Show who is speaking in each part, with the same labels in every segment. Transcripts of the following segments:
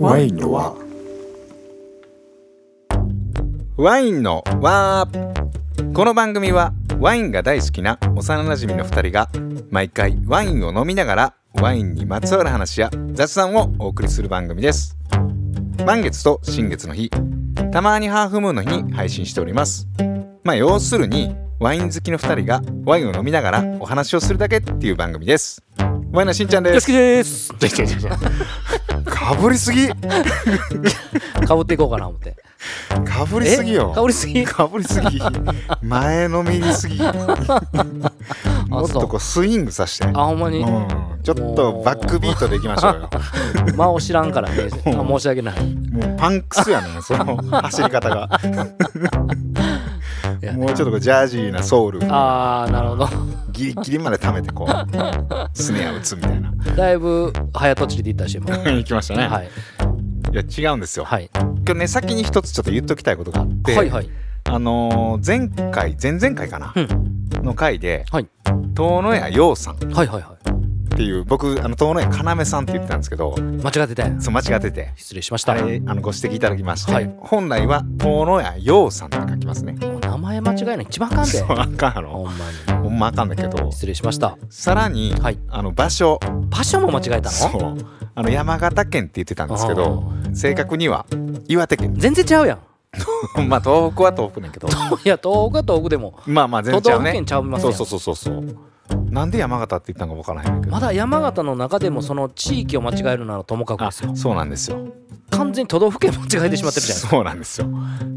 Speaker 1: ワインのは
Speaker 2: ワインのわーこの番組はワインが大好きな幼なじみの2人が毎回ワインを飲みながらワインにまつわる話や雑談をお送りする番組です満月と新月の日たまにハーフムーンの日に配信しておりますまあ要するにワイン好きの2人がワインを飲みながらお話をするだけっていう番組ですワインのしんちゃんで
Speaker 3: よし
Speaker 2: す
Speaker 3: きです。
Speaker 1: かぶりすぎ
Speaker 3: かぶっていこうかな思って。
Speaker 1: かぶりすぎよ
Speaker 3: えかぶりすぎ。
Speaker 1: かぶりす ぎ前のめりすぎもっとこうスイングさして
Speaker 3: あほんま
Speaker 1: う
Speaker 3: に。
Speaker 1: ん、ちょっとバックビートでいきましょう よ
Speaker 3: 間を知らんからね。あ申し訳ない。
Speaker 1: もうパンクスやねんそ の走り方が
Speaker 3: いや
Speaker 1: もうちょっとこうジャージーなソウル
Speaker 3: ああなるほ
Speaker 1: ギリギリまで溜めてこうスネア打つみたいな
Speaker 3: ど。だいぶ早とちりでいったし今。は
Speaker 1: 行きましたね、
Speaker 3: い
Speaker 1: い、や違うんですよ、
Speaker 3: はい
Speaker 2: 今日ね先に一つちょっと言っときたいことがあって、
Speaker 3: はいはい。
Speaker 2: あのー前回前々回かな、
Speaker 3: うん
Speaker 2: の回で、
Speaker 3: はい
Speaker 2: 遠野屋陽さんっ
Speaker 3: はいはいは
Speaker 2: ていう僕あの遠野屋要さんって言ってたんですけど
Speaker 3: い。間違ってたやん。
Speaker 2: そう間違ってて
Speaker 3: 失礼しました。
Speaker 2: あれあのご指摘いただきまして、
Speaker 3: はい
Speaker 2: 本来は遠野屋陽さんって書きますね。
Speaker 3: もう名前間違いない一番あかんで
Speaker 2: そう。あかんや
Speaker 3: ほ
Speaker 2: ろ
Speaker 3: んまに。
Speaker 2: ほんまあかんだけど
Speaker 3: 失礼しました。
Speaker 2: さらに、
Speaker 3: はい。
Speaker 2: あの場所
Speaker 3: 場所も間違えたの。
Speaker 2: そうあの山形県って言ってたんですけど
Speaker 3: あー
Speaker 2: 正確には岩手県
Speaker 3: 全然ちゃうやん。
Speaker 2: まあ東北は東北ねんけど
Speaker 3: いや東北は東北でも
Speaker 2: まあまあ全然ちゃ
Speaker 3: 都道
Speaker 2: う
Speaker 3: 府
Speaker 2: ね
Speaker 3: 県ちゃいます
Speaker 2: そ
Speaker 3: や
Speaker 2: うんそうそうそうそうなんで山形って言ったのか分からへんねんけど
Speaker 3: まだ山形の中でもその地域を間違えるならともかく
Speaker 2: あ
Speaker 3: ですよ
Speaker 2: そうなんですよ
Speaker 3: 完全に都道府県間違えてしまってるじゃん
Speaker 2: そうなんですよ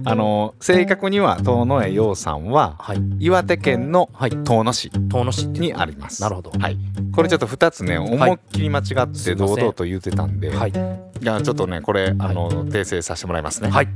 Speaker 2: あの正確には遠野江洋さんは
Speaker 3: はい
Speaker 2: 岩手県の
Speaker 3: はい
Speaker 2: 遠野市
Speaker 3: 遠野市ってい
Speaker 2: に
Speaker 3: う
Speaker 2: あります
Speaker 3: なるほど
Speaker 2: はい、これちょっと2つね思いっきり間違って堂々と言ってたんで、、
Speaker 3: はいい
Speaker 2: やちょっとねこれあの訂正させてもらいますね、
Speaker 3: はい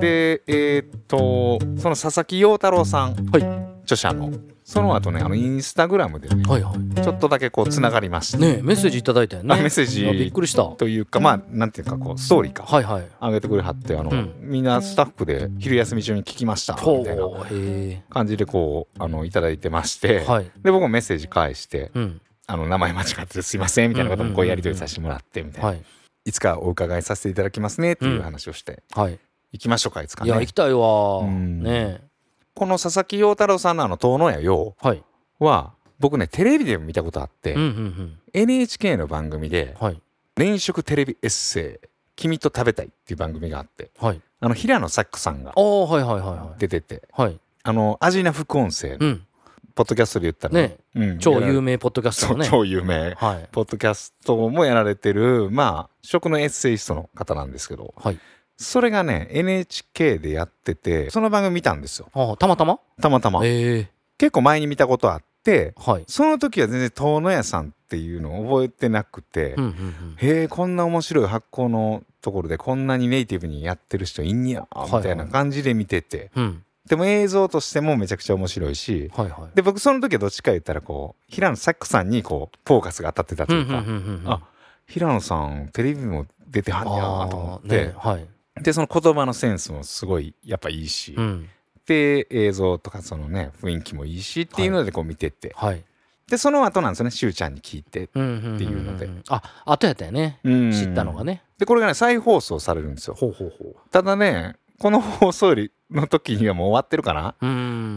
Speaker 2: でえーっとその佐々木陽太郎さん、
Speaker 3: はい
Speaker 2: 著者のその後ねあのインスタグラムでね
Speaker 3: はいは
Speaker 2: ちょっとだけこうつながりまして、
Speaker 3: いねえメッセージいただいたよね
Speaker 2: あメッセージ
Speaker 3: あびっくりしたは
Speaker 2: というかまあなんていうかこうストーリーか
Speaker 3: いはい
Speaker 2: 上げてくれはってあの、
Speaker 3: うん
Speaker 2: みんなスタッフで昼休み中に聞きました
Speaker 3: ほ
Speaker 2: み
Speaker 3: う
Speaker 2: たいな
Speaker 3: へ
Speaker 2: 感じでこうあのいただいてまして、
Speaker 3: えはい
Speaker 2: で僕もメッセージ返して
Speaker 3: うん
Speaker 2: あの名前間違っててすいませんみたいなこともこ
Speaker 3: うんうんうんう
Speaker 2: うんやり取りさせてもらってみたいな、
Speaker 3: はい
Speaker 2: い、つかお伺いさせていただきますねっていう話をして、
Speaker 3: はい
Speaker 2: 行きましょうかいつか
Speaker 3: いや
Speaker 2: ね
Speaker 3: 行きたいわ
Speaker 2: うん
Speaker 3: ねえ
Speaker 2: この佐々木陽太郎さんのあの遠野屋陽
Speaker 3: はい
Speaker 2: は僕ねテレビでも見たことあって、
Speaker 3: うんうんうん
Speaker 2: NHK の番組で
Speaker 3: はい
Speaker 2: 「連食テレビエッセイ君と食べたい」っていう番組があって
Speaker 3: はい
Speaker 2: あの平野咲子さんが
Speaker 3: ああはいはいはいは
Speaker 2: 出てて
Speaker 3: いはい
Speaker 2: あのアジナ副音声
Speaker 3: う
Speaker 2: の
Speaker 3: ん
Speaker 2: ポッドキャストで言ったら、
Speaker 3: ね
Speaker 2: うん
Speaker 3: 超有
Speaker 2: 名
Speaker 3: 名ポッドキャスト
Speaker 2: そう
Speaker 3: のね
Speaker 2: 超有名
Speaker 3: はい
Speaker 2: ポッドキャストもやられてるまあ食のエッセイストの方なんですけど、
Speaker 3: はい
Speaker 2: それがね NHK でやっててその番組見たんですよ
Speaker 3: ああたまたま
Speaker 2: たまたま
Speaker 3: ええ
Speaker 2: 結構前に見たことあって
Speaker 3: はい
Speaker 2: その時は全然遠野屋さんっていうのを覚えてなくて、
Speaker 3: うんうんうん
Speaker 2: へえこんな面白い発酵のところでこんなにネイティブにやってる人いんねや
Speaker 3: いはい
Speaker 2: みたいな感じで見てて
Speaker 3: うん
Speaker 2: でも映像としてもめちゃくちゃ面白いし
Speaker 3: はいはい
Speaker 2: で僕その時はどっちか言ったらこう平野咲子さんにこうフォーカスが当たってたと
Speaker 3: うん
Speaker 2: いううんか、
Speaker 3: うんうん
Speaker 2: あ平野さんテレビも出てはんねやなと思っ
Speaker 3: あー
Speaker 2: て、
Speaker 3: ねはい
Speaker 2: でその言葉のセンスもすごいやっぱいいし、
Speaker 3: うん
Speaker 2: で映像とかそのね雰囲気もいいしっていうのでこう見てって、
Speaker 3: はい
Speaker 2: でその後なんですよねしゅうちゃんに聞いて。
Speaker 3: うんうんんんん
Speaker 2: っていうので
Speaker 3: あ後やったよね
Speaker 2: うん
Speaker 3: 知ったのがね
Speaker 2: でこれがね再放送されるんですよ
Speaker 3: ほうほうほ
Speaker 2: ただねこの放送日の時にはもう終わってるかな、
Speaker 3: うう
Speaker 2: うんん、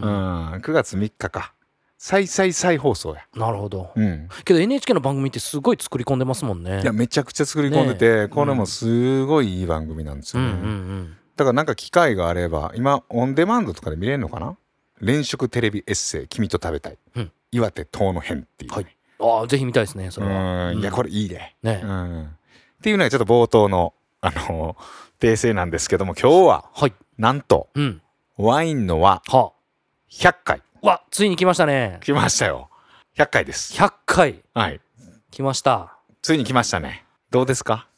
Speaker 2: 9月3日か再再再放送や、
Speaker 3: なるほど
Speaker 2: うん、
Speaker 3: けど NHK の番組ってすごい作り込んでますもんね
Speaker 2: いやめちゃくちゃ作り込んでて、
Speaker 3: ね
Speaker 2: これもすごいいい番組なんです
Speaker 3: う
Speaker 2: よ
Speaker 3: ん
Speaker 2: ね、
Speaker 3: うんうん
Speaker 2: だからなんか機会があれば今オンデマンドとかで見れるのかな「連食テレビエッセイ君と食べたい、
Speaker 3: うん
Speaker 2: 岩手遠野編」っていうね、
Speaker 3: はいああぜひ見たいですねそれは
Speaker 2: うんいやこれいいね、
Speaker 3: れね
Speaker 2: うん、っていうのがちょっと冒頭のあの訂正なんですけども今日は
Speaker 3: はい
Speaker 2: なんと
Speaker 3: うん
Speaker 2: ワインのは
Speaker 3: は
Speaker 2: 100回
Speaker 3: あわついに来ましたね
Speaker 2: 来ましたよ。100回です。
Speaker 3: 100回
Speaker 2: はい。
Speaker 3: 来ました
Speaker 2: ついに来ましたね。どうですか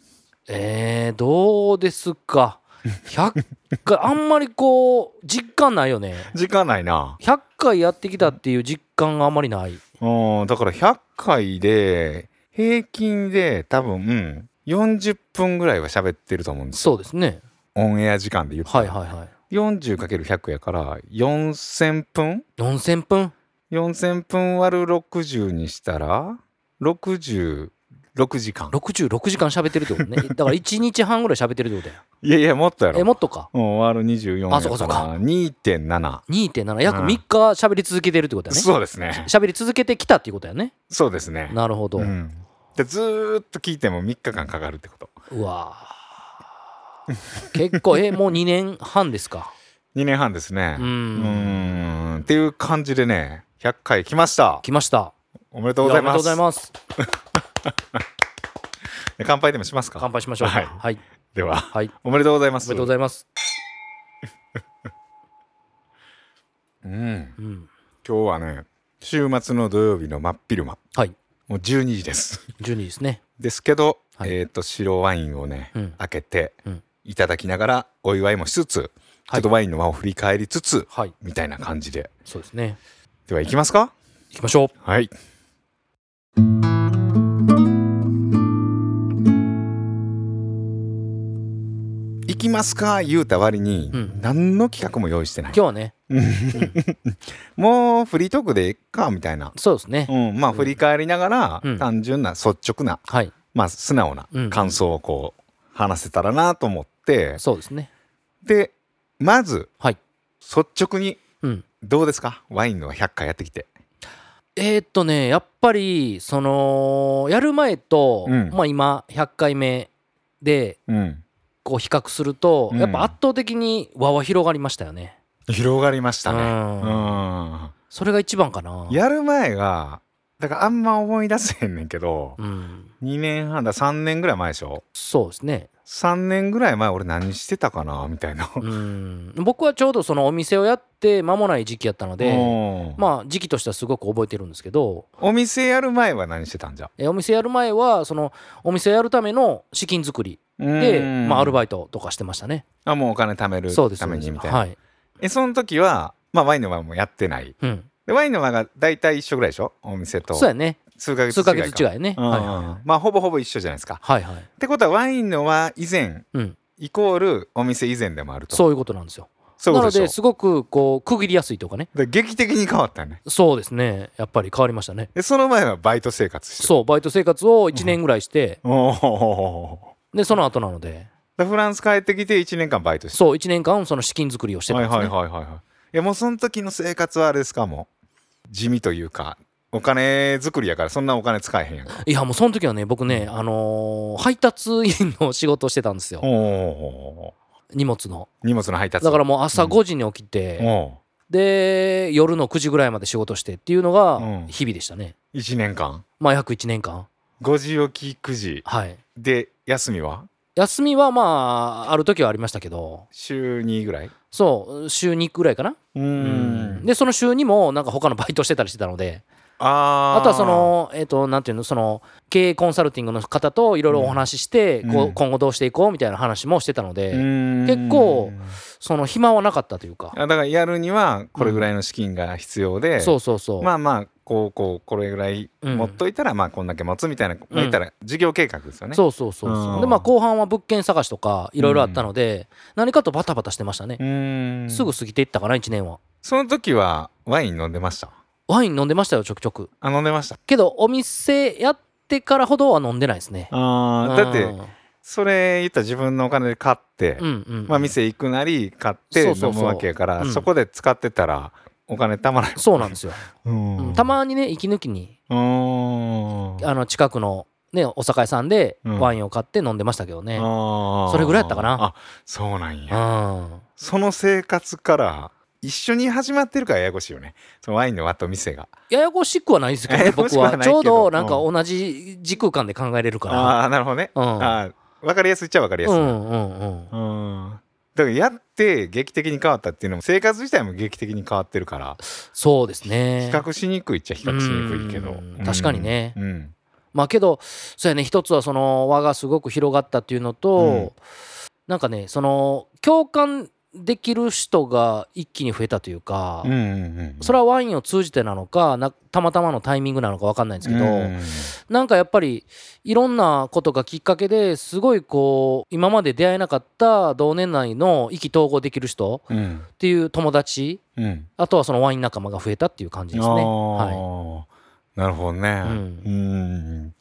Speaker 3: えーどうですか100回あんまりこう実感ないよね
Speaker 2: 時間ないな。
Speaker 3: 100回やってきたっていう実感があんまりない
Speaker 2: うん、だから100回で、平均で多分、40分ぐらいは喋ってると思うんですよ。
Speaker 3: そうですね
Speaker 2: オンエア時間で言うと。
Speaker 3: はいはいはい
Speaker 2: 40×100 やから、4000分
Speaker 3: 4000分
Speaker 2: ?4000 分割る60にしたら、66 6時間
Speaker 3: 66時間喋ってるってことねだから1日半ぐらい喋ってるってことや
Speaker 2: いやいやもっとやろ
Speaker 3: えもっとか
Speaker 2: うん、割る24
Speaker 3: あそうかそうか
Speaker 2: 2.7
Speaker 3: 2.7約3日喋り続けてるってことやね
Speaker 2: そうですね
Speaker 3: 喋り続けてきたっていうことやね
Speaker 2: そうですね
Speaker 3: なるほど、う
Speaker 2: うん、でずーっと聞いても3日間かかるってこと
Speaker 3: わー結構えもう2年半ですか
Speaker 2: 2年半ですね
Speaker 3: う
Speaker 2: うんーんっていう感じでね100回来ました
Speaker 3: 来ました
Speaker 2: おめでとうござい
Speaker 3: やおめでとう
Speaker 2: ま
Speaker 3: ご
Speaker 2: す
Speaker 3: ざいます
Speaker 2: 乾杯でもしますか
Speaker 3: 乾杯しましょう
Speaker 2: はい
Speaker 3: はい、
Speaker 2: では
Speaker 3: はい、
Speaker 2: おめでとうございま
Speaker 3: お
Speaker 2: す
Speaker 3: めでとうございます、
Speaker 2: うん
Speaker 3: うん、
Speaker 2: 今日はね週末の土曜日の真っ昼間
Speaker 3: はい
Speaker 2: もう12時です
Speaker 3: 12ですね
Speaker 2: ですけど、
Speaker 3: はい
Speaker 2: えっ、と白ワインをね、
Speaker 3: うん
Speaker 2: 開けて
Speaker 3: うん
Speaker 2: いただきながらお祝いもしつつ、
Speaker 3: はい
Speaker 2: ちょっとワインの輪を振り返りつつ
Speaker 3: はい
Speaker 2: みたいな感じで
Speaker 3: そうですね
Speaker 2: ではいきますか
Speaker 3: 行きましょう
Speaker 2: はい行きますか言うた割に、
Speaker 3: うん
Speaker 2: 何の企画も用意してない
Speaker 3: 今日はね
Speaker 2: もうフリートークでいっかみたいな、
Speaker 3: そうですね、
Speaker 2: うん、まあ振り返りながら、
Speaker 3: うん
Speaker 2: 単純な率直な
Speaker 3: はい
Speaker 2: まあ、素直な
Speaker 3: うん
Speaker 2: 感想をこう話せたらなと思って、
Speaker 3: そうですね
Speaker 2: でまず、
Speaker 3: はい
Speaker 2: 率直に
Speaker 3: うん
Speaker 2: どうですかワインの100回やってきて
Speaker 3: えー、っとねやっぱりそのやる前と、
Speaker 2: うん
Speaker 3: まあ今100回目で
Speaker 2: うん
Speaker 3: こう比較すると、
Speaker 2: うん
Speaker 3: やっぱ圧倒的に輪は広がりましたよね
Speaker 2: 広がりました
Speaker 3: う
Speaker 2: ねうんん
Speaker 3: それが一番かな
Speaker 2: やる前がだからあんま思い出せへんねんけど、
Speaker 3: うん
Speaker 2: 2年半だ3年ぐらい前でしょ
Speaker 3: そうですね、
Speaker 2: 3年ぐらい前俺何してたかなみたいな
Speaker 3: うん、僕はちょうどそのお店をやって間もない時期やったので
Speaker 2: うん
Speaker 3: まあ時期としてはすごく覚えてるんですけど
Speaker 2: お店やる前は何してたんじゃ
Speaker 3: えお店やる前はそのお店やるための資金作りで、
Speaker 2: うん
Speaker 3: まあ、アルバイトとかしてましたね
Speaker 2: あもうお金貯める
Speaker 3: そうです
Speaker 2: ためにみたいな、
Speaker 3: はい、
Speaker 2: えその時は、まあ、ワインの前もやってない
Speaker 3: うん、
Speaker 2: でワインの間が大体一緒ぐらいでしょお店と
Speaker 3: そうやね
Speaker 2: 数ヶ月違
Speaker 3: 数
Speaker 2: いか
Speaker 3: ヶ月違いね、
Speaker 2: うん
Speaker 3: はいはいはい
Speaker 2: まあほぼほぼ一緒じゃないですか
Speaker 3: はいはい。
Speaker 2: ってことはワインの輪以前、
Speaker 3: うん
Speaker 2: イコールお店以前でもあると
Speaker 3: そういうことなんですよ。
Speaker 2: そういう
Speaker 3: な
Speaker 2: こ
Speaker 3: の
Speaker 2: とで
Speaker 3: で、
Speaker 2: し
Speaker 3: すごくこう、区切りやすいというかね。
Speaker 2: ょで劇的に変わったよね
Speaker 3: そうですね。やっぱり変わりましたね。
Speaker 2: でその前はバイト生活して
Speaker 3: そう、バイト生活を1年ぐらいして、
Speaker 2: うおー
Speaker 3: で、その後なので、
Speaker 2: でフランス帰ってきて1年間バイトして
Speaker 3: そう、1年間、その資金作りをしてたん
Speaker 2: はい
Speaker 3: ですね。
Speaker 2: はいはいはいはいいやもうその時の生活はあれですかもう地味というかお金作りやからそんなお金使えへんや んか
Speaker 3: いや、もうその時はね、僕ね、あのー配達員の仕事をしてたんですよ
Speaker 2: お。お
Speaker 3: 荷物の。
Speaker 2: 荷物の配達
Speaker 3: だからもう朝
Speaker 2: うん
Speaker 3: 5時に起きて、
Speaker 2: お
Speaker 3: で、夜の9時ぐらいまで仕事してっていうの
Speaker 2: う
Speaker 3: が
Speaker 2: ん、
Speaker 3: 日々でしたね。
Speaker 2: 1年間
Speaker 3: まあ、約1年間。
Speaker 2: 5時起き9時
Speaker 3: はい。
Speaker 2: で休みは
Speaker 3: 休みはまあ、ある時はありましたけど、
Speaker 2: 週2ぐらい
Speaker 3: そう、週2ぐらいかな。
Speaker 2: う
Speaker 3: でその週にもなんか他のバイトしてたりしてたので
Speaker 2: あ
Speaker 3: あ
Speaker 2: ー
Speaker 3: とはそのえっ、となんていうのその経営コンサルティングの方といろいろお話しして、
Speaker 2: うん
Speaker 3: こう
Speaker 2: うん
Speaker 3: 今後どうしていこうみたいな話もしてたので、
Speaker 2: うん
Speaker 3: 結構その暇はなかったというか、
Speaker 2: あだからやるにはこれぐらいの資金が必要で、
Speaker 3: そうそうそう、
Speaker 2: まあまあこうこうこれぐらい
Speaker 3: うん
Speaker 2: 持っといたら、まあこんだけ持つみたいな、まあ
Speaker 3: うん
Speaker 2: 言ったら事業計画ですよね
Speaker 3: そうそうそうそう
Speaker 2: うん
Speaker 3: でまあ後半は物件探しとかいろいろあったので、何かとバタバタしてましたね、
Speaker 2: うん
Speaker 3: すぐ過ぎていったかな1年は
Speaker 2: その時はワイン飲んでました
Speaker 3: ワイン飲んでましたよちょくちょく
Speaker 2: あ飲んでました
Speaker 3: けどお店やってからほどは飲んでないですね
Speaker 2: あだっ
Speaker 3: う
Speaker 2: て
Speaker 3: ん
Speaker 2: それ言ったら自分のお金で買って、
Speaker 3: うんうん
Speaker 2: まあ店行くなり買って
Speaker 3: そ
Speaker 2: 飲
Speaker 3: うそうそう
Speaker 2: むわけやから、
Speaker 3: うん
Speaker 2: そこで使ってたらお金たまらない、
Speaker 3: そうなんですよ、
Speaker 2: う
Speaker 3: うんんたまにね息抜きに
Speaker 2: うん
Speaker 3: あの近くの、ね、お酒屋さんで
Speaker 2: うん
Speaker 3: ワインを買って飲んでましたけどね。そ
Speaker 2: そ
Speaker 3: れぐらいやったかな
Speaker 2: あそうなん
Speaker 3: う
Speaker 2: や
Speaker 3: ん、
Speaker 2: その生活から一緒に始まってるからややこしいよねそのワインの輪と店が
Speaker 3: ややこしくはないですけど、
Speaker 2: や
Speaker 3: ね、
Speaker 2: やこし
Speaker 3: 僕
Speaker 2: くは
Speaker 3: は
Speaker 2: ない
Speaker 3: ち
Speaker 2: けど
Speaker 3: ょうどなんか
Speaker 2: う
Speaker 3: 同じ時空間で考えれるか
Speaker 2: ああーなるほどね、
Speaker 3: ら。うん、
Speaker 2: ああ分かりやすいっちゃ分かりや
Speaker 3: う
Speaker 2: すい、
Speaker 3: んうんうん
Speaker 2: うんだからやって劇的に変わったっていうのも生活自体も劇的に変わってるから
Speaker 3: そうです
Speaker 2: 比
Speaker 3: ね。
Speaker 2: 較しにくいっちゃ比較しにくいけど
Speaker 3: うん確かにね
Speaker 2: うん
Speaker 3: まあけどそうやね一つはその輪がすごく広がったっていうのと、なんかねその共感できる人が一気に増えたというか、
Speaker 2: うんうんうん
Speaker 3: それはワインを通じてなのかなたまたまのタイミングなのか分かんないんですけど、
Speaker 2: うん
Speaker 3: なんかやっぱりいろんなことがきっかけですごいこう今まで出会えなかった同年代の意気投合できる人
Speaker 2: うん
Speaker 3: っていう友達
Speaker 2: うん
Speaker 3: あとはそのワイン仲間が増えたっていう感じですね。
Speaker 2: あ
Speaker 3: はい、
Speaker 2: ーなるほどね
Speaker 3: うん
Speaker 2: うん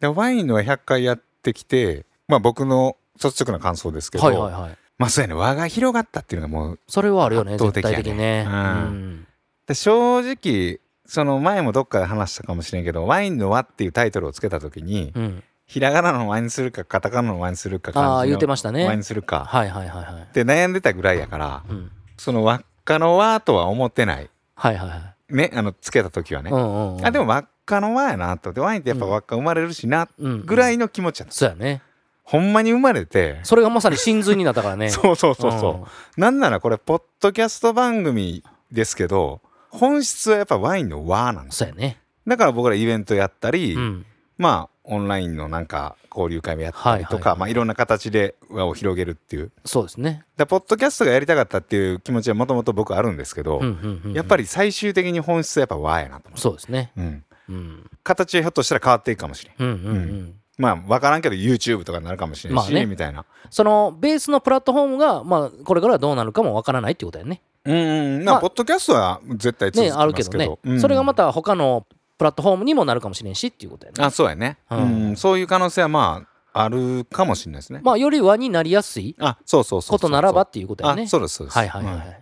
Speaker 2: でワインのは100回やってきて、まあ、僕の率直な感想ですけど、
Speaker 3: はいはいはい
Speaker 2: まあそうやね輪が広がったっていうのがもう
Speaker 3: それはあるよね
Speaker 2: 圧倒
Speaker 3: 絶
Speaker 2: 的や
Speaker 3: 対
Speaker 2: ね
Speaker 3: 的にね
Speaker 2: う
Speaker 3: うんん
Speaker 2: で正直その前もどっかで話したかもしれんけど「ワインの輪」っていうタイトルをつけた時に
Speaker 3: うん
Speaker 2: ひらがなの輪にするかカタカナの輪にするか
Speaker 3: ああ
Speaker 2: 漢字
Speaker 3: 言
Speaker 2: の
Speaker 3: ってました
Speaker 2: 輪
Speaker 3: ね
Speaker 2: にするか
Speaker 3: はいはいはいはい
Speaker 2: って悩んでたぐらいやから
Speaker 3: うん
Speaker 2: その輪っかの輪とは思ってない
Speaker 3: はいはいはい
Speaker 2: ねあのつけた時はね、
Speaker 3: うんうんうん
Speaker 2: あでも輪っかの輪やなと思ってワインってやっぱ輪っか生まれるしな
Speaker 3: うんうん
Speaker 2: ぐらいの気持ちやった、
Speaker 3: そうやね
Speaker 2: ほんまに生まれて
Speaker 3: それがまさに真髄になったから ね
Speaker 2: そうそうそうそう、なんならこれポッドキャスト番組ですけど本質はやっぱワインの輪なん
Speaker 3: う
Speaker 2: で
Speaker 3: ん
Speaker 2: す
Speaker 3: そうやね
Speaker 2: だから僕らイベントやったり、
Speaker 3: うん
Speaker 2: まあオンラインのなんか交流会もやったりと
Speaker 3: はいはい
Speaker 2: か、
Speaker 3: はい
Speaker 2: いまあ、いろんな形で輪を広げるっていう
Speaker 3: そうですね
Speaker 2: だからポッドキャストがやりたかったっていう気持ちはもともと僕あるんですけど、
Speaker 3: うんうんうん
Speaker 2: やっぱ
Speaker 3: り
Speaker 2: り最終的に本質はやっぱ和やなと思
Speaker 3: そうですね
Speaker 2: う、うん、
Speaker 3: うん
Speaker 2: 形はひょっとしたら変わっていくかもしれん
Speaker 3: うんうんうん
Speaker 2: まあ分からんけど YouTube とかになるかもしれんし、
Speaker 3: まあね
Speaker 2: みたいな
Speaker 3: そのベースのプラットフォームがまあこれからはどうなるかもわからないってことやね
Speaker 2: うんうんま
Speaker 3: ま
Speaker 2: あ
Speaker 3: あ
Speaker 2: ポッドキャストは絶対続
Speaker 3: ね
Speaker 2: き
Speaker 3: あ
Speaker 2: ま
Speaker 3: るけ
Speaker 2: す
Speaker 3: ど
Speaker 2: けど,、
Speaker 3: ねそれがま
Speaker 2: た
Speaker 3: た他のプラットフォームにもなるかもしれんしっていうことやね
Speaker 2: あそうやね、う
Speaker 3: うんん
Speaker 2: そういう可能性はまああるかもしれないですね、
Speaker 3: まあより輪になりやすい
Speaker 2: あそうそうそうそう
Speaker 3: ことならばっていうことや
Speaker 2: あ
Speaker 3: ね
Speaker 2: そうですそうです
Speaker 3: はいはいはいは
Speaker 2: うん
Speaker 3: い